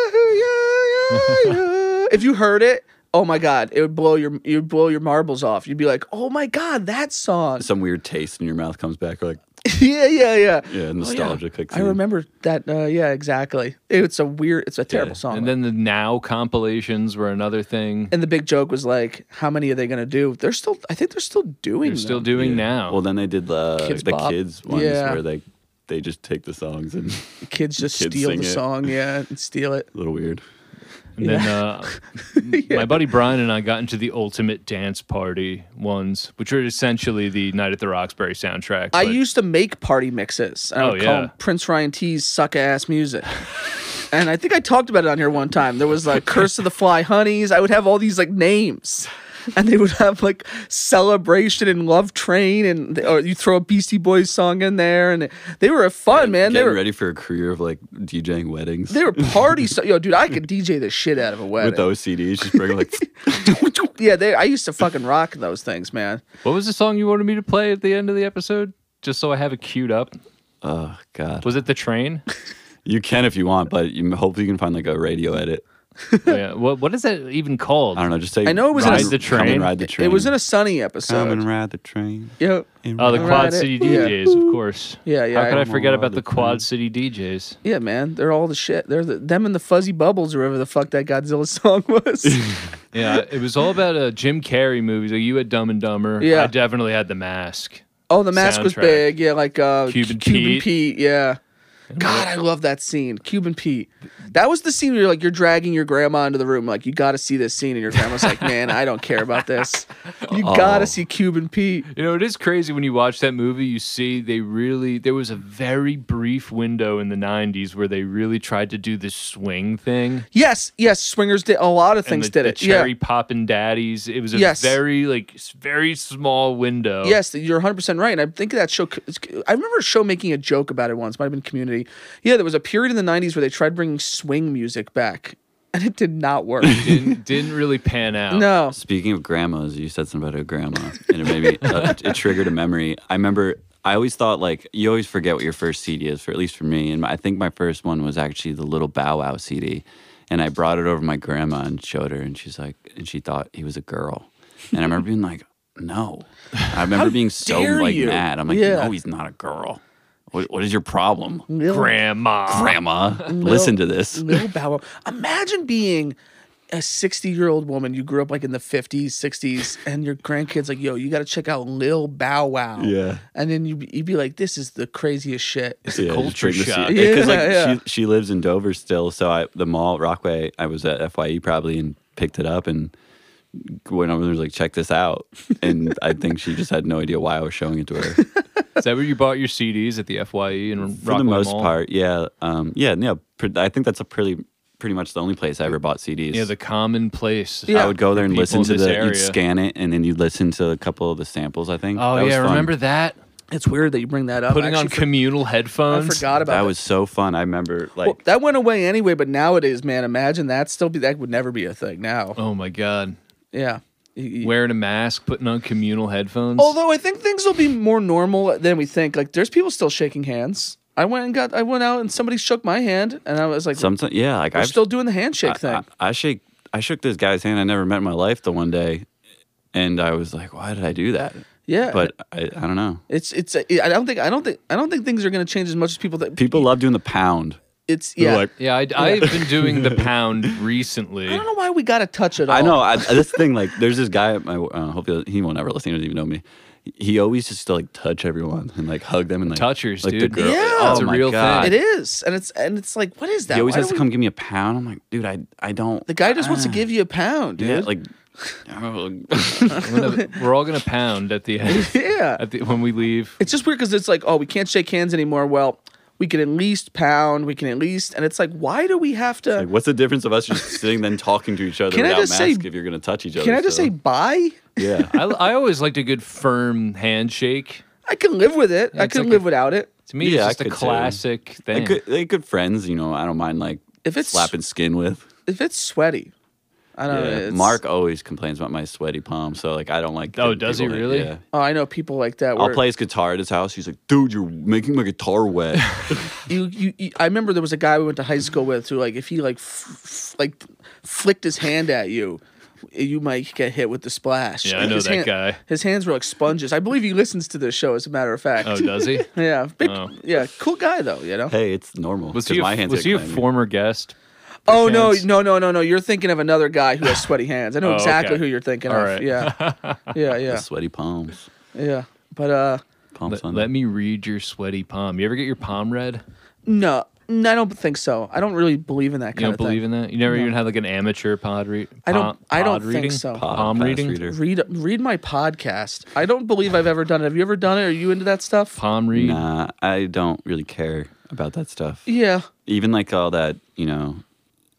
Speaker 2: ya ya. ya." If you heard it. Oh my God! It would blow your you'd blow your marbles off. You'd be like, "Oh my God, that song!"
Speaker 3: Some weird taste in your mouth comes back. Like
Speaker 2: yeah, yeah, Oh, yeah.
Speaker 3: yeah, nostalgia kicks
Speaker 2: I
Speaker 3: in.
Speaker 2: remember that. Uh, yeah, exactly. It's a weird. It's a terrible
Speaker 3: Yeah.
Speaker 2: song.
Speaker 1: and
Speaker 2: though.
Speaker 1: then the Now compilations were another thing.
Speaker 2: and the big joke was like, how many are they going to do? They're still. I think they're still doing.
Speaker 1: They're still
Speaker 2: them.
Speaker 1: doing
Speaker 3: Yeah.
Speaker 1: now.
Speaker 3: Well, then they did the
Speaker 2: Kids
Speaker 3: the
Speaker 2: Bop.
Speaker 3: kids ones
Speaker 2: Yeah.
Speaker 3: where they they just take the songs and a
Speaker 2: Kids just
Speaker 3: Kids
Speaker 2: steal
Speaker 3: sing
Speaker 2: the
Speaker 3: it.
Speaker 2: song. Yeah, and steal it.
Speaker 3: little weird.
Speaker 1: And then uh, my buddy Brian and I got into the ultimate dance party ones, which are essentially the Night at the Roxbury soundtrack.
Speaker 2: I
Speaker 1: but-
Speaker 2: used to make party mixes. I would
Speaker 1: Oh,
Speaker 2: call
Speaker 1: yeah.
Speaker 2: them Prince Ryan T's suck ass music. and I think I talked about it on here one time. There was like Curse of the Fly Honeys. I would have all these like names. And they would have like celebration and love train, and or you throw a Beastie Boys song in there, and they were fun, man. They
Speaker 3: Getting
Speaker 2: were
Speaker 3: ready for a career of like DJing weddings
Speaker 2: They were party. so- Yo, dude, I could DJ the shit out of a
Speaker 3: with
Speaker 2: wedding.
Speaker 3: those CDs. Just bring like
Speaker 2: yeah, they, I used to fucking rock those things, man.
Speaker 1: What was the song you wanted me to play at the end of the episode? Just so I have it queued up.
Speaker 3: oh god,
Speaker 1: Was it the train?
Speaker 3: you can if you want, but you, hopefully you can find like a radio edit.
Speaker 1: yeah. What What is that even called?
Speaker 3: I don't know. Just say
Speaker 2: I know it was in a-
Speaker 3: ride the
Speaker 1: Come
Speaker 3: train.
Speaker 1: and
Speaker 3: ride
Speaker 1: ride
Speaker 3: the
Speaker 2: It-
Speaker 3: train.
Speaker 2: It was in a sunny
Speaker 3: come and
Speaker 2: episode.
Speaker 3: ride the train.
Speaker 2: Yo,
Speaker 1: Oh, the
Speaker 2: Right,
Speaker 1: Quad
Speaker 2: it-
Speaker 1: City
Speaker 2: yeah.
Speaker 1: DJs, of course.
Speaker 2: Yeah, yeah,
Speaker 1: How could
Speaker 2: I-
Speaker 1: I forget about the
Speaker 3: Come on,
Speaker 1: Quad City DJs?
Speaker 2: yeah, man, they're all the shit. They're the, them and the fuzzy bubbles, or whatever the fuck that Godzilla song was.
Speaker 1: Yeah, it was all about uh, Jim Carrey movies. Like you had Dumb and Dumber.
Speaker 2: Yeah.
Speaker 1: I definitely had The Mask.
Speaker 2: Oh, the mask was
Speaker 1: Soundtrack.
Speaker 2: big. Yeah, like uh,
Speaker 1: Cuban
Speaker 2: Cuban, Cuban
Speaker 1: Pete.
Speaker 2: Pete. Yeah. God, I love that scene. Cuban Pete. That was the scene where you're like you're dragging your grandma into the room. Like you got to see this scene, and your grandma's like, "Man, I don't care about this. You got
Speaker 3: Oh.
Speaker 2: to see Cuban Pete."
Speaker 1: You know, it is crazy when you watch that movie. You see, they really there was a very brief window in the '90s where they really tried to do this swing thing.
Speaker 2: Yes, yes. Swingers did a lot of
Speaker 1: and
Speaker 2: things.
Speaker 1: the,
Speaker 2: did
Speaker 1: the
Speaker 2: it?
Speaker 1: Cherry poppin' daddies. It was a
Speaker 2: Yes.
Speaker 1: very like s- very small window.
Speaker 2: yeah. Yes, you're 100 percent right. And I think that show. I remember a show making a joke about it once. Might have been Community. Yeah, there was a period in the 90s where they tried bringing swing music back, and it did not work.
Speaker 1: didn't didn't really pan out.
Speaker 2: no.
Speaker 3: Speaking of grandmas, you said something about a grandma, and it made me. Uh, it triggered a memory. I remember. I always thought like you always forget what your first CD is for, at least for me. And my, I think my first one was actually the Little Bow Wow CD, and I brought it over to my grandma and showed her, and she's like, and she thought he was a girl, and I remember being like, no. I remember being so
Speaker 2: dare
Speaker 3: like
Speaker 2: you.
Speaker 3: mad. I'm like,
Speaker 2: Yeah.
Speaker 3: no, he's not a girl. What, what is your problem,
Speaker 2: Really?
Speaker 1: Grandma.
Speaker 3: grandma? Listen to this.
Speaker 2: Lil Bow Wow. Imagine being a 60 year old woman. You grew up like in the 50s, 60s, and your grandkids like, yo, you got to check out Lil Bow Wow.
Speaker 3: Yeah.
Speaker 2: And then you'd be, you'd be like, this is the craziest shit.
Speaker 3: yeah,
Speaker 1: culture shock.
Speaker 3: Because like
Speaker 2: Yeah, yeah.
Speaker 3: she she lives in Dover still, so I the mall Rockway. I was at Fye probably and picked it up and went over there and was like, check this out. And I think she just had no idea why I was showing it to her.
Speaker 1: Is that where you bought your CDs at the E Fye and
Speaker 3: For the most part, yeah, um, yeah, yeah. pr- I think that's a pretty pretty much the only place I ever bought CDs.
Speaker 1: Yeah, the common place.
Speaker 2: Yeah.
Speaker 3: I would go there and
Speaker 1: people
Speaker 3: listen
Speaker 1: in
Speaker 3: to
Speaker 1: this
Speaker 3: the.
Speaker 1: area.
Speaker 3: You'd scan it, and then you'd listen to a couple of the samples. I think.
Speaker 1: Oh
Speaker 3: That was
Speaker 1: yeah,
Speaker 3: fun.
Speaker 1: remember that?
Speaker 2: It's weird that you bring that up.
Speaker 1: Putting
Speaker 2: I
Speaker 1: on
Speaker 2: actually for-
Speaker 1: communal
Speaker 2: I
Speaker 1: headphones.
Speaker 2: forgot about
Speaker 3: That
Speaker 2: that.
Speaker 3: was so fun. I remember like
Speaker 2: Well, that went away anyway, but nowadays, man, imagine that still be that would never be a thing now.
Speaker 1: Oh my god.
Speaker 2: Yeah. Y- y-
Speaker 1: Wearing a mask, putting on communal headphones.
Speaker 2: Although I think things will be more normal than we think. Like there's people still shaking hands. I went and got I went out and somebody shook my hand and I was like,
Speaker 3: sometimes, yeah, like
Speaker 2: we're
Speaker 3: I've
Speaker 2: still doing the handshake thing.
Speaker 3: I, I, I shake I shook this guy's hand I never met in my life the one day, and I was like, why did I do that?
Speaker 2: yeah.
Speaker 3: But I, I don't know.
Speaker 2: It's it's. uh, I don't think I don't think I don't think things are going to change as much as people think.
Speaker 3: People love doing the pound.
Speaker 2: It's
Speaker 3: They're
Speaker 2: yeah.
Speaker 3: like-
Speaker 1: yeah, I, I've been doing the pound recently.
Speaker 2: I don't know why we got to touch it. All.
Speaker 3: I know I, this thing. Like, there's this guy at my. Uh, hopefully, he won't ever listen. He doesn't even know me. He always just like touch everyone and like hug them and like
Speaker 1: Touchers,
Speaker 3: like
Speaker 1: dude.
Speaker 3: The girl.
Speaker 2: Yeah.
Speaker 3: oh
Speaker 2: It's
Speaker 1: a
Speaker 3: my
Speaker 1: real thing.
Speaker 3: God.
Speaker 2: It is, and it's and it's like, what is that?
Speaker 3: He always
Speaker 2: Why
Speaker 3: has
Speaker 2: do
Speaker 3: to
Speaker 2: we-
Speaker 3: come give me a pound. I'm like, dude, I I don't.
Speaker 2: The guy just wants to
Speaker 3: ah.
Speaker 2: give you a pound, dude.
Speaker 3: Yeah, like. oh.
Speaker 1: I'm gonna- we're all gonna pound at the end.
Speaker 2: Yeah.
Speaker 1: At the, when we leave.
Speaker 2: it's just weird because it's like, oh, we can't shake hands anymore. Well, we can at least pound. We can at least, and it's like, why do we have to?
Speaker 3: like, what's the difference of us just sitting then talking to each other
Speaker 2: Can I
Speaker 3: without
Speaker 2: just
Speaker 3: masks
Speaker 2: say-
Speaker 3: if you're gonna touch each other?
Speaker 2: can I just
Speaker 3: so-
Speaker 2: say bye?
Speaker 3: yeah?
Speaker 1: I, I always liked a good firm handshake.
Speaker 2: I can live with it. I
Speaker 1: it's
Speaker 2: can
Speaker 1: like
Speaker 2: live
Speaker 1: a-
Speaker 2: without it.
Speaker 1: To me,
Speaker 3: Yeah, I
Speaker 1: it's just a
Speaker 3: could too.
Speaker 1: classic thing.
Speaker 3: Like good, like good friends, you know. I don't mind like
Speaker 2: If it's-
Speaker 3: slapping skin with.
Speaker 2: If it's sweaty, I don't know.
Speaker 3: Yeah.
Speaker 2: it's-
Speaker 3: Mark always complains about my sweaty palm, so like I don't like.
Speaker 1: Oh,
Speaker 3: getting
Speaker 1: does he
Speaker 3: people that-
Speaker 1: really?
Speaker 3: yeah.
Speaker 2: Oh, I know people like that.
Speaker 3: I'll
Speaker 2: where-
Speaker 3: play his guitar at his house. He's like, "Dude, you're making my guitar wet."
Speaker 2: you, you, you I remember there was a guy we went to high school with who like if he like f- f- like flicked his hand at you you might get hit with the splash.
Speaker 1: Yeah, I
Speaker 2: Like,
Speaker 1: know
Speaker 2: his
Speaker 1: that guy.
Speaker 2: His hands were like sponges. I believe he listens to this show as a matter of fact.
Speaker 1: oh, does he?
Speaker 2: yeah, big,
Speaker 1: Oh.
Speaker 2: yeah, cool guy though, you know.
Speaker 3: hey, it's normal.
Speaker 1: Was
Speaker 3: 'cause
Speaker 1: he a,
Speaker 3: my hands
Speaker 1: was
Speaker 3: get
Speaker 1: he a
Speaker 3: clammy.
Speaker 1: former guest?
Speaker 2: oh no,
Speaker 1: hands.
Speaker 2: no, no, no, no. You're thinking of another guy who has sweaty hands. I know
Speaker 1: Oh,
Speaker 2: exactly
Speaker 1: okay.
Speaker 2: who you're thinking
Speaker 1: All
Speaker 2: of.
Speaker 1: right.
Speaker 2: Yeah, yeah,
Speaker 3: The
Speaker 2: yeah,
Speaker 3: sweaty palms?
Speaker 2: yeah. But uh,
Speaker 3: Palm
Speaker 1: Let,
Speaker 3: sun.
Speaker 1: let me read your sweaty palm. You ever get your palm read?
Speaker 2: no, no, I don't think so. I don't really believe in that
Speaker 1: You
Speaker 2: kind
Speaker 1: don't
Speaker 2: of
Speaker 1: believe
Speaker 2: thing.
Speaker 1: in that? You never even had like an amateur pod read?
Speaker 2: I don't-
Speaker 1: pod-
Speaker 2: I don't
Speaker 1: pod
Speaker 2: think
Speaker 1: reading?
Speaker 2: so. Pod-
Speaker 1: Palm
Speaker 3: class
Speaker 1: reading?
Speaker 3: reader.
Speaker 2: Read read my podcast. I don't believe I've ever done it. Have you ever done it? Are you into that stuff?
Speaker 1: Palm read?
Speaker 3: Nah, I don't really care about that stuff.
Speaker 2: Yeah.
Speaker 3: Even like all that, you know,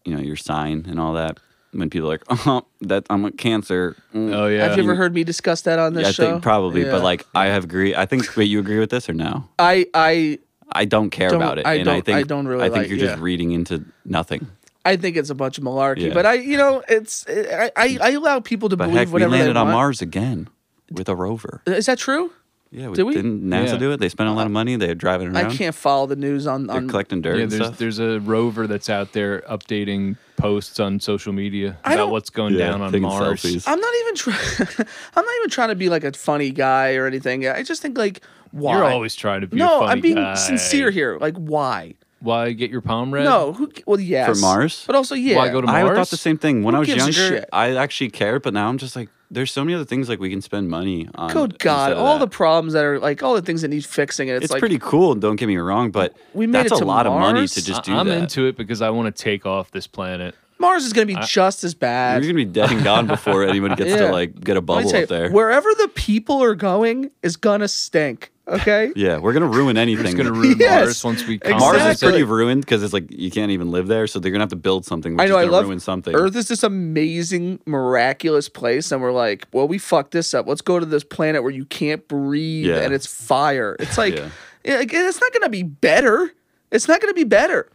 Speaker 3: you know your sign and all that. When people are like, "Oh, that I'm a cancer." Mm.
Speaker 1: Oh, yeah.
Speaker 2: Have you ever heard me discuss that on this
Speaker 3: Yeah, I
Speaker 2: show?
Speaker 3: think probably,
Speaker 2: Yeah.
Speaker 3: but like I have agree. I think. Wait, you agree with this or no?
Speaker 2: I I
Speaker 3: I don't care
Speaker 2: Don't-
Speaker 3: about it,
Speaker 2: I
Speaker 3: and I
Speaker 2: don't-
Speaker 3: think
Speaker 2: I don't really
Speaker 3: I think
Speaker 2: like-
Speaker 3: you're just
Speaker 2: yeah.
Speaker 3: reading into nothing.
Speaker 2: I think it's a bunch of malarkey,
Speaker 3: Yeah.
Speaker 2: but I you know it's I I, I allow people to
Speaker 3: But
Speaker 2: believe
Speaker 3: heck, we
Speaker 2: whatever
Speaker 3: landed
Speaker 2: they
Speaker 3: on
Speaker 2: want.
Speaker 3: Mars again with a rover.
Speaker 2: Is that true?
Speaker 3: Yeah, we,
Speaker 2: Did we?
Speaker 3: didn't NASA
Speaker 1: Yeah.
Speaker 3: do it? They spent a lot of money. They're driving around.
Speaker 2: I can't follow the news on
Speaker 3: They're
Speaker 2: on.
Speaker 3: collecting dirt
Speaker 1: Yeah,
Speaker 3: and
Speaker 1: there's
Speaker 3: stuff.
Speaker 1: there's a rover that's out there updating posts on social media
Speaker 2: I
Speaker 1: about
Speaker 2: don't-
Speaker 1: what's going
Speaker 3: Yeah,
Speaker 1: down on
Speaker 3: taking
Speaker 1: Mars.
Speaker 3: selfies.
Speaker 2: I'm not even trying. I'm not even trying to be like a funny guy or anything. I just think like why
Speaker 1: You're always trying to be. a
Speaker 2: no.
Speaker 1: funny
Speaker 2: I'm being
Speaker 1: guy.
Speaker 2: sincere here. Like why?
Speaker 1: Why get your palm read?
Speaker 2: No, who, ca- well, yes.
Speaker 3: Mars?
Speaker 2: But also, yeah.
Speaker 1: Why go to
Speaker 3: I
Speaker 1: Mars?
Speaker 3: thought the same thing when
Speaker 2: Who
Speaker 3: I was
Speaker 2: gives a
Speaker 3: younger.
Speaker 2: shit?
Speaker 3: I actually cared, but now I'm just like, there's so many other things like we can spend money on.
Speaker 2: Oh, Good God,
Speaker 3: instead of
Speaker 2: all the
Speaker 3: that.
Speaker 2: problems that are like all the things that need fixing, and it's,
Speaker 3: It's
Speaker 2: like
Speaker 3: pretty cool. Don't get me wrong, but
Speaker 2: We made
Speaker 3: that's
Speaker 2: it
Speaker 3: a
Speaker 2: to
Speaker 3: lot of money
Speaker 2: Mars?
Speaker 3: to just
Speaker 1: I-
Speaker 3: do
Speaker 1: I'm
Speaker 3: that.
Speaker 1: into it because I want to take off this planet.
Speaker 2: Mars is going to be just as
Speaker 3: You're
Speaker 2: bad.
Speaker 3: gonna be dead and gone before anyone gets
Speaker 2: Yeah.
Speaker 3: to like get
Speaker 2: Let
Speaker 3: a
Speaker 2: me
Speaker 3: bubble
Speaker 2: tell
Speaker 3: up
Speaker 2: you,
Speaker 3: there.
Speaker 2: Wherever the people are going is gonna stink. Okay.
Speaker 3: yeah, we're gonna ruin anything.
Speaker 1: It's gonna ruin
Speaker 2: Yes,
Speaker 1: Mars once we
Speaker 2: exactly.
Speaker 1: colonize
Speaker 3: Mars is
Speaker 1: it.
Speaker 3: pretty ruined because it's like you can't even live there, so they're gonna have to build something. Which
Speaker 2: I know.
Speaker 3: Is
Speaker 2: I
Speaker 3: gonna
Speaker 2: love
Speaker 3: ruin something.
Speaker 2: Earth is this amazing, miraculous place, and we're like, well, we fucked this up. Let's go to this planet where you can't breathe
Speaker 3: Yeah.
Speaker 2: and it's fire. It's like,
Speaker 3: Yeah.
Speaker 2: yeah, like, it's not gonna be better. It's not gonna be better.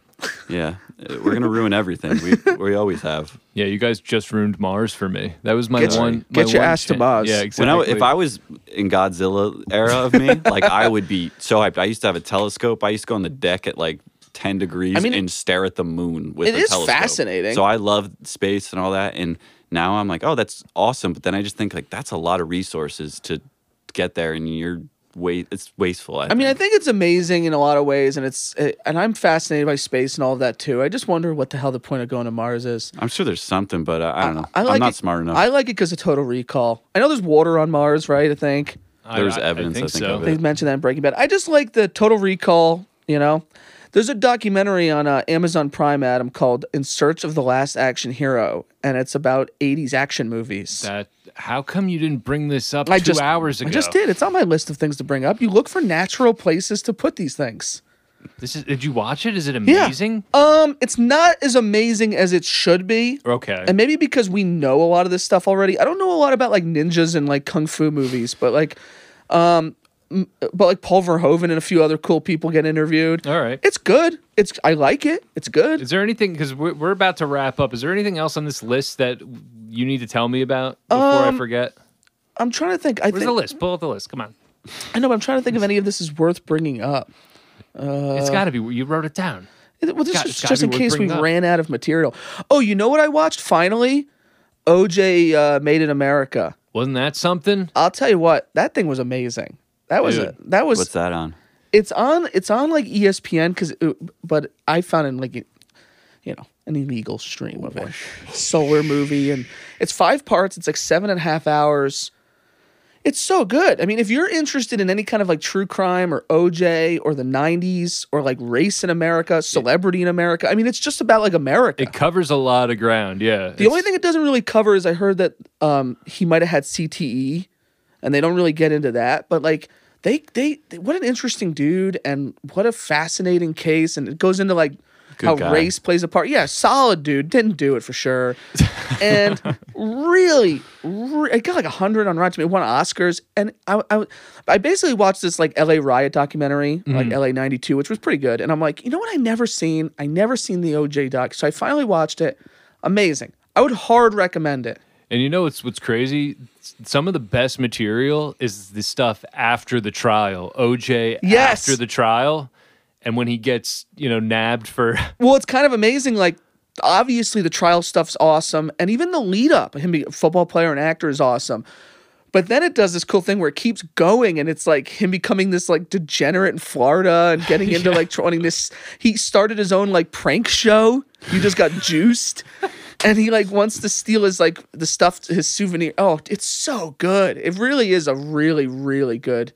Speaker 3: Yeah, Uh, we're gonna ruin everything. We we always have.
Speaker 1: Yeah, you guys just ruined Mars for me. That was my
Speaker 2: Get your-
Speaker 1: one. my
Speaker 2: get your
Speaker 1: one
Speaker 2: ass to
Speaker 1: chan-
Speaker 2: Mars.
Speaker 1: Yeah,
Speaker 3: When
Speaker 1: exactly.
Speaker 3: I, if I was in Godzilla era of me, like I would be so hyped. I used to have a telescope. I used to go on the deck at like ten degrees
Speaker 2: I mean,
Speaker 3: and stare at the moon with
Speaker 2: it
Speaker 3: the
Speaker 2: is
Speaker 3: telescope.
Speaker 2: fascinating.
Speaker 3: So I love space and all that. And now I'm like, oh, that's awesome. But then I just think like that's a lot of resources to get there, and you're wait, it's wasteful. I,
Speaker 2: I mean, I
Speaker 3: think.
Speaker 2: think it's amazing in a lot of ways, and it's eh, and I'm fascinated by space and all of that too. I just wonder what the hell the point of going to Mars is.
Speaker 3: I'm sure there's something, but I, I don't know.
Speaker 2: I
Speaker 3: I,
Speaker 2: like
Speaker 3: am not
Speaker 2: it-
Speaker 3: smart enough.
Speaker 2: I like it because of Total Recall. I know there's water on Mars, right? I think
Speaker 1: I-
Speaker 3: there was
Speaker 1: I-
Speaker 3: evidence, I
Speaker 1: I think
Speaker 3: think,
Speaker 1: so.
Speaker 3: of
Speaker 2: they
Speaker 3: it.
Speaker 2: mentioned that in Breaking Bad. I just like the Total Recall. You know, there's a documentary on uh, Amazon Prime, Adam, called "In Search of the Last Action Hero," and it's about '80s action movies.
Speaker 1: That, how come you didn't bring this up
Speaker 2: I
Speaker 1: two
Speaker 2: just
Speaker 1: hours ago?
Speaker 2: I just did. It's on my list of things to bring up. You look for natural places to put these things.
Speaker 1: This is. Did you watch it? Is it
Speaker 2: Yeah.
Speaker 1: amazing?
Speaker 2: Um, it's not as amazing as it should be.
Speaker 1: Okay.
Speaker 2: And maybe because we know a lot of this stuff already. I don't know a lot about like ninjas and like kung fu movies, but like um m- but like Paul Verhoeven and a few other cool people get interviewed.
Speaker 1: All right.
Speaker 2: It's good. It's I like it. It's good.
Speaker 1: Is there anything? Because we're, we're about to wrap up. Is there anything else on this list that you need to tell me about before I forget?
Speaker 2: I'm trying to think. I
Speaker 1: Where's
Speaker 2: Um, think
Speaker 1: the list? Pull out the list. Come on.
Speaker 2: I know but I'm trying to think if any of this is worth bringing up. Uh,
Speaker 1: it's got to be. You wrote it down.
Speaker 2: It- Well, this
Speaker 1: got-
Speaker 2: is
Speaker 1: it's gotta
Speaker 2: just
Speaker 1: be
Speaker 2: in
Speaker 1: worth
Speaker 2: case we
Speaker 1: bringing up.
Speaker 2: ran out of material. Oh, you know what I watched finally? OJ uh, Made in America.
Speaker 1: Wasn't that something?
Speaker 2: I'll tell you what, that thing was amazing. That was
Speaker 1: Dude,
Speaker 2: a, that was
Speaker 3: What's that on?
Speaker 2: it's on it's on like E ESPN because uh, but I found it in like you know an illegal stream of it solar movie and it's five parts it's like seven and a half hours it's so good I mean if you're interested in any kind of like true crime or OJ or the 90s or like race in America celebrity in America I mean it's just about like America
Speaker 1: It covers a lot of ground. Yeah.
Speaker 2: the only thing it doesn't really cover is I heard that um, he might have had E. CTE, and they don't really get into that. But like they, they they what an interesting dude, and what a fascinating case, and it goes into like how
Speaker 3: guy.
Speaker 2: race plays a part. Yeah, solid dude, didn't do it for sure, and really, re- I got like a hundred on Rotten Tomatoes, won Oscars, and I, I I basically watched this like L.A. riot documentary, like L.A. '92, which was pretty good, and I'm like, you know what, I never seen, I never seen the O.J. doc, so I finally watched it. Amazing. I would hard recommend it.
Speaker 1: And you know what's what's crazy? S- Some of the best material is the stuff after the trial. OJ
Speaker 2: Yes.
Speaker 1: after the trial, and when he gets you know nabbed for
Speaker 2: Well, it's kind of amazing. Like, obviously, the trial stuff's awesome, and even the lead up, him being a football player and actor, is awesome. But then it does this cool thing where it keeps going, and it's like him becoming this like degenerate in Florida and getting into like wanting this. He started his own like prank show. You just got juiced, and he like wants to steal his like the stuff, his souvenir. Oh, it's so good! It really is a really really good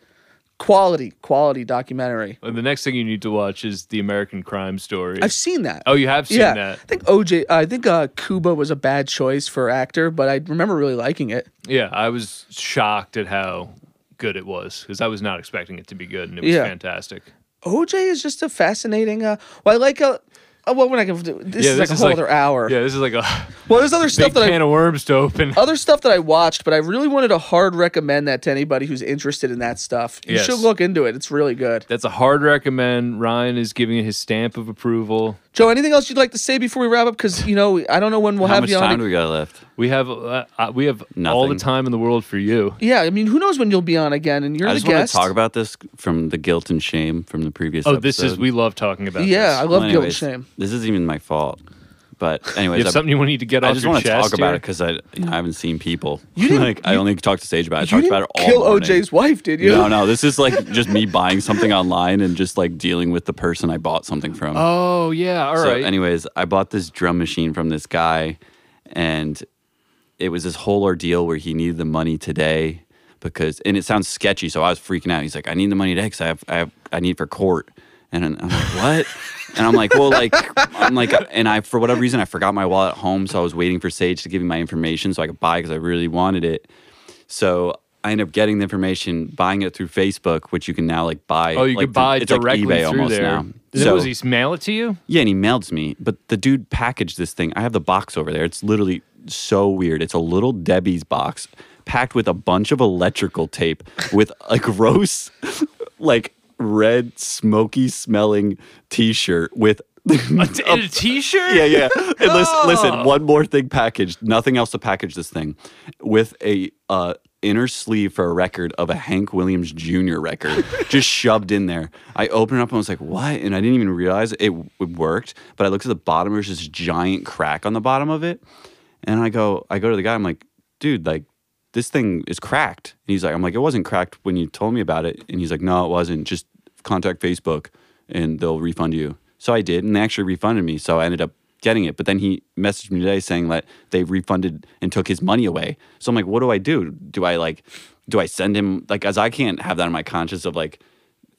Speaker 2: quality quality documentary.
Speaker 1: the next thing you need to watch is the American Crime Story.
Speaker 2: I've seen that.
Speaker 1: oh, you have seen
Speaker 2: yeah,
Speaker 1: that?
Speaker 2: I think OJ. I think uh, Cuba was a bad choice for actor, but I remember really liking it.
Speaker 1: Yeah, I was shocked at how good it was because I was not expecting it to be good, and it was
Speaker 2: Yeah.
Speaker 1: fantastic.
Speaker 2: OJ is just a fascinating. Uh, well, I like a. Uh, well, we're not gonna. This
Speaker 1: yeah,
Speaker 2: is like a whole other hour.
Speaker 1: Yeah, this is like a
Speaker 2: Well, there's other
Speaker 1: big
Speaker 2: stuff that I Oh.
Speaker 1: can of worms to open.
Speaker 2: other stuff that I watched, but I really wanted to hard recommend that to anybody who's interested in that stuff. You
Speaker 1: Yes.
Speaker 2: should look into it. It's really good.
Speaker 1: That's a hard recommend. Ryan is giving it his stamp of approval.
Speaker 2: Joe, anything else you'd like to say before we wrap up? Because you know, I don't know when we'll
Speaker 3: How
Speaker 2: have
Speaker 3: much
Speaker 2: you
Speaker 3: time
Speaker 2: on.
Speaker 3: do we got left?
Speaker 1: We have uh, uh, we have all the
Speaker 3: Nothing.
Speaker 1: time in the world for you.
Speaker 2: yeah, I mean, who knows when you'll be on again? And you're
Speaker 3: I
Speaker 2: the
Speaker 3: just want
Speaker 2: guest.
Speaker 3: to talk about this from the guilt and shame from the previous.
Speaker 1: Oh, this is
Speaker 3: episode.
Speaker 1: we love talking about.
Speaker 2: yeah, I
Speaker 1: this.
Speaker 2: love
Speaker 3: Well,
Speaker 2: guilt and
Speaker 3: anyways,
Speaker 2: shame.
Speaker 3: This isn't even my fault. But anyways,
Speaker 1: You have
Speaker 3: I-
Speaker 1: something you want to need to get
Speaker 3: I
Speaker 1: off
Speaker 3: just
Speaker 1: your
Speaker 3: want to
Speaker 1: chest
Speaker 3: talk about
Speaker 1: here?
Speaker 3: it because I, you know, I haven't seen people.
Speaker 2: didn't-
Speaker 3: like I only talked to Sage about it. I
Speaker 2: you
Speaker 3: talked about it
Speaker 2: didn't
Speaker 3: all
Speaker 2: kill
Speaker 3: morning.
Speaker 2: OJ's wife, did you?
Speaker 3: No, no. This is like just me buying something online and just like dealing with the person I bought something from.
Speaker 1: Oh yeah, all right.
Speaker 3: so, anyways, I bought this drum machine from this guy, and it was this whole ordeal where he needed the money today because, and it sounds sketchy, so I was freaking out. He's like, "I need the money today because I have, I have, I need for court," and I'm like, "What?" and I'm like, "Well, like, I'm like, and I for whatever reason I forgot my wallet at home, so I was waiting for Sage to give me my information so I could buy because I really wanted it." So. I ended up getting the information, buying it through Facebook, which you can now like buy.
Speaker 1: oh, you
Speaker 3: like,
Speaker 1: could buy
Speaker 3: it's like
Speaker 1: directly
Speaker 3: eBay
Speaker 1: through
Speaker 3: almost
Speaker 1: there.
Speaker 3: now.
Speaker 1: Then
Speaker 3: So-
Speaker 1: was he mail it to you?
Speaker 3: yeah, and he mailed me, but the dude packaged this thing. I have the box over there. It's literally so weird. It's a little Debbie's box packed with a bunch of electrical tape with a gross, like red, smoky smelling t shirt with.
Speaker 1: In a T-shirt?
Speaker 3: yeah, yeah. And listen, listen, one more thing packaged, nothing else to package this thing with a uh, inner sleeve for a record of a Hank Williams Jr. record just shoved in there. I opened it up and I was like, what? And I didn't even realize it, w- it worked. But I looked at the bottom, there's this giant crack on the bottom of it. And I go, I go to the guy, I'm like, dude, like, this thing is cracked. And he's like, I'm like, it wasn't cracked when you told me about it. And he's like, no, it wasn't. Just contact Facebook and they'll refund you. So I did, and they actually refunded me. So I ended up getting it. But then he messaged me today saying that they refunded and took his money away. So I'm like, what do I do? Do I like, do I send him, like, as I can't have that in my conscience of like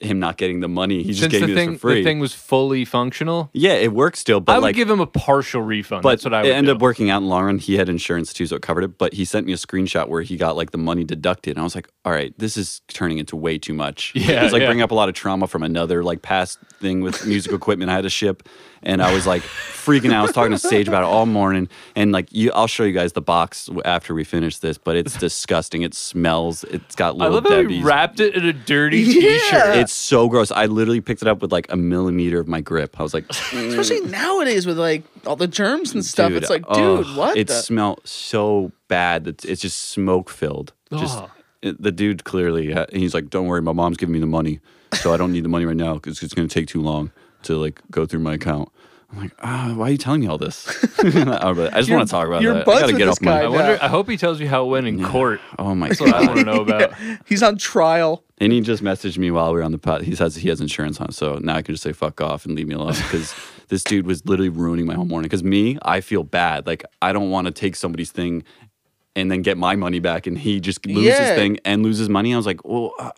Speaker 3: him not getting the money. He just
Speaker 1: Since
Speaker 3: gave
Speaker 1: the
Speaker 3: me
Speaker 1: thing,
Speaker 3: this for free.
Speaker 1: the thing was fully functional,
Speaker 3: yeah, it works still, but
Speaker 1: I would
Speaker 3: like,
Speaker 1: give him a partial refund.
Speaker 3: but
Speaker 1: That's what I would
Speaker 3: it ended
Speaker 1: do.
Speaker 3: up working out in the long run. He had insurance too, so it covered it. But he sent me a screenshot where he got like the money deducted, and I was like, "All right, this is turning into way too much."
Speaker 1: Yeah,
Speaker 3: it's like
Speaker 1: yeah.
Speaker 3: bringing up a lot of trauma from another like past thing with musical equipment. I had to ship, and I was like freaking out. I was talking to Sage about it all morning, and like you, I'll show you guys the box w- after we finish this, but it's disgusting. It smells. It's got
Speaker 1: I
Speaker 3: little
Speaker 1: love how he
Speaker 3: Debbie's.
Speaker 1: wrapped it in a dirty
Speaker 2: Yeah.
Speaker 1: T-shirt.
Speaker 3: it's so gross. I literally picked it up with like a millimeter of my grip. I was like,
Speaker 2: Especially nowadays with like all the germs and stuff.
Speaker 3: Mm. Dude,
Speaker 2: it's like,
Speaker 3: ugh,
Speaker 2: dude, what?
Speaker 3: It
Speaker 2: the-
Speaker 3: smelled so bad that it's just smoke filled. Just
Speaker 1: Ugh.
Speaker 3: it- the dude clearly, ha- he's like, "Don't worry, my mom's giving me the money, so I don't need the money right now because it's going to take too long to like go through my account." I'm like, ah, why are you telling me all this? I just
Speaker 2: You're-
Speaker 3: want to talk about
Speaker 2: you're
Speaker 3: that.
Speaker 2: buds
Speaker 3: I gotta
Speaker 2: with
Speaker 3: get
Speaker 2: this
Speaker 3: off my.
Speaker 1: I
Speaker 2: guy.
Speaker 1: wonder.
Speaker 2: know.
Speaker 1: I hope he tells you how it went in court.
Speaker 3: Oh my
Speaker 1: That's what I
Speaker 3: god!
Speaker 1: want to know about.
Speaker 2: He's on trial.
Speaker 3: And he just messaged me while we were on the pod. He says he has insurance on, so now I can just say fuck off and leave me alone because this dude was literally ruining my whole morning. Because me, I feel bad. Like I don't want to take somebody's thing and then get my money back, and he just loses
Speaker 2: Yeah.
Speaker 3: his thing and loses money. I was like, well, I,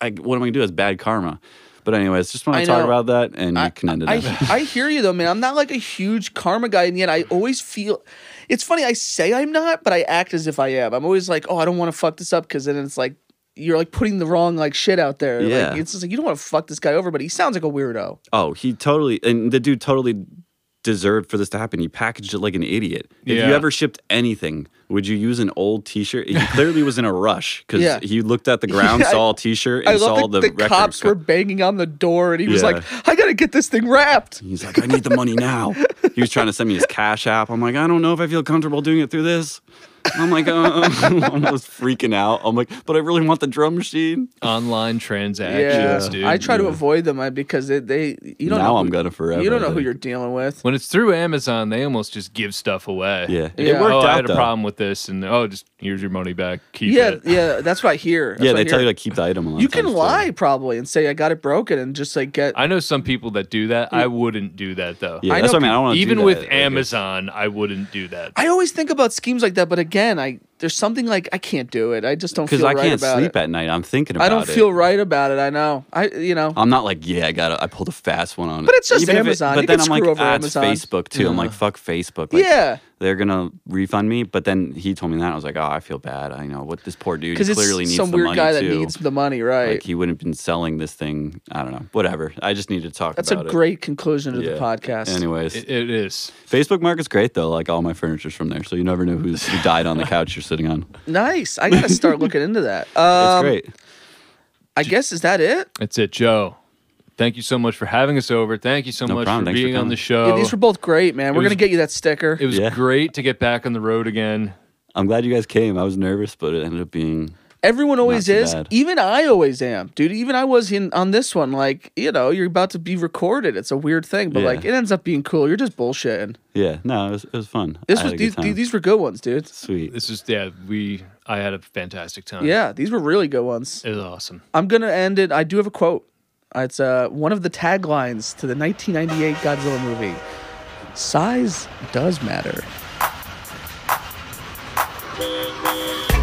Speaker 3: I, what am I gonna do? That's bad karma. But anyways, just want
Speaker 2: I
Speaker 3: to talk
Speaker 2: know.
Speaker 3: about that, and you can end it.
Speaker 2: I,
Speaker 3: up.
Speaker 2: I hear you though, man. I'm not like a huge karma guy, and yet I always feel. It's funny. I say I'm not, but I act as if I am. I'm always like, oh, I don't want to fuck this up, because then it's like you're like putting the wrong like shit out there.
Speaker 3: Yeah.
Speaker 2: Like, it's just like you don't want to fuck this guy over, but he sounds like a weirdo.
Speaker 3: Oh, he totally and the dude totally deserved for this to happen. He packaged it like an idiot. If
Speaker 1: Yeah.
Speaker 3: you ever shipped anything, would you use an old T-shirt? He clearly was in a rush because
Speaker 2: Yeah.
Speaker 3: he looked at the ground,
Speaker 2: Yeah, I-
Speaker 3: saw a T-shirt,
Speaker 2: I
Speaker 3: and
Speaker 2: love
Speaker 3: saw
Speaker 2: that the,
Speaker 3: the, record.
Speaker 2: cops
Speaker 3: co-
Speaker 2: were banging on the door, and he was
Speaker 3: Yeah.
Speaker 2: like, I gotta get this thing wrapped.
Speaker 3: He's like, I need the money now. He was trying to send me his Cash App. I'm like, I don't know if I feel comfortable doing it through this. I'm like, uh, I'm almost freaking out. I'm like, but I really want the drum machine.
Speaker 1: Online transactions,
Speaker 2: Yeah,
Speaker 1: dude.
Speaker 2: I try to avoid them I- because they, they you don't
Speaker 3: now
Speaker 2: know
Speaker 3: I'm
Speaker 2: who-
Speaker 3: gonna forever.
Speaker 2: you don't know
Speaker 3: I
Speaker 2: who
Speaker 3: think.
Speaker 2: you're dealing with.
Speaker 1: When it's through Amazon, they almost just give stuff away.
Speaker 3: Yeah,
Speaker 2: Yeah.
Speaker 3: it worked
Speaker 1: oh,
Speaker 3: out
Speaker 1: I had
Speaker 3: though.
Speaker 1: a problem with this, and oh, just here's your money back. Keep
Speaker 2: yeah,
Speaker 1: it.
Speaker 2: yeah, that's what I hear. That's
Speaker 3: Yeah,
Speaker 2: what I
Speaker 3: they tell
Speaker 2: hear.
Speaker 3: you to keep the item. a lot
Speaker 2: You
Speaker 3: of
Speaker 2: can
Speaker 3: times, too.
Speaker 2: lie probably and say I got it broken and just like get.
Speaker 1: I know some people that do that. I wouldn't do that though.
Speaker 3: Yeah,
Speaker 2: I
Speaker 3: that's
Speaker 2: know
Speaker 3: what I mean. I don't wanna do
Speaker 1: Even
Speaker 3: that.
Speaker 1: with
Speaker 3: Like, it's-
Speaker 1: Amazon, I wouldn't do that.
Speaker 2: I always think about schemes like that, but again, I there's something like I can't do it. I just don't
Speaker 3: because
Speaker 2: feel
Speaker 3: I
Speaker 2: right
Speaker 3: can't
Speaker 2: about
Speaker 3: sleep
Speaker 2: it.
Speaker 3: at night. I'm thinking about
Speaker 2: I
Speaker 3: it.
Speaker 2: don't feel right about it. I know. I you know.
Speaker 3: I'm not like, yeah, I got. to I pulled a fast one on it.
Speaker 2: But it's just
Speaker 3: if
Speaker 2: Amazon.
Speaker 3: but
Speaker 2: You
Speaker 3: then
Speaker 2: can
Speaker 3: I'm
Speaker 2: screw
Speaker 3: like,
Speaker 2: over
Speaker 3: ah, it's
Speaker 2: Amazon.
Speaker 3: Facebook too. I'm like, fuck Facebook. Like,
Speaker 2: Yeah.
Speaker 3: they're gonna refund me. But then he told me that. I was like, oh, I feel bad. I know what this poor dude
Speaker 2: Because it's
Speaker 3: clearly needs
Speaker 2: some
Speaker 3: the
Speaker 2: weird
Speaker 3: money
Speaker 2: guy that
Speaker 3: too.
Speaker 2: needs the money, right?
Speaker 3: like he wouldn't have been selling this thing. I don't know. Whatever. I just need to talk.
Speaker 2: That's a
Speaker 3: about it.
Speaker 2: great conclusion to
Speaker 3: Yeah.
Speaker 2: the podcast.
Speaker 3: Anyways,
Speaker 1: It, it is.
Speaker 3: Facebook Market's great though. Like all my furniture's from there, so you never know who's who died on the couch you're sitting on. It's
Speaker 2: Nice. I gotta start looking into that. Um,
Speaker 3: great.
Speaker 2: I guess is that it?
Speaker 1: That's it, Joe. Thank you so much for having us over. Thank you so
Speaker 3: No
Speaker 1: much
Speaker 3: problem.
Speaker 1: for
Speaker 3: Thanks for
Speaker 1: being on
Speaker 3: coming.
Speaker 1: the
Speaker 2: Yeah,
Speaker 1: show.
Speaker 2: these were both great, man. We're
Speaker 1: was-
Speaker 2: gonna get you that sticker.
Speaker 1: it was
Speaker 3: Yeah.
Speaker 1: great to get back on the road again.
Speaker 3: I'm glad you guys came. I was nervous, but it ended up being
Speaker 2: Everyone always
Speaker 3: too
Speaker 2: is.
Speaker 3: bad.
Speaker 2: Even I always am, dude. Even I was in on this one. Like, you know, you're about to be recorded. It's a weird thing, but
Speaker 3: Yeah.
Speaker 2: like, it ends up being cool. You're just bullshitting.
Speaker 3: Yeah, no, it was, it was fun.
Speaker 2: This
Speaker 3: I
Speaker 2: was
Speaker 3: had a
Speaker 2: these,
Speaker 3: good time.
Speaker 2: these were good ones, dude.
Speaker 3: sweet.
Speaker 1: This is yeah. We I had a fantastic time.
Speaker 2: Yeah, these were really good ones.
Speaker 1: it was awesome.
Speaker 2: I'm gonna end it. I do have a quote. It's uh, one of the taglines to the 1998 Godzilla movie. Size does matter.
Speaker 5: Thank you.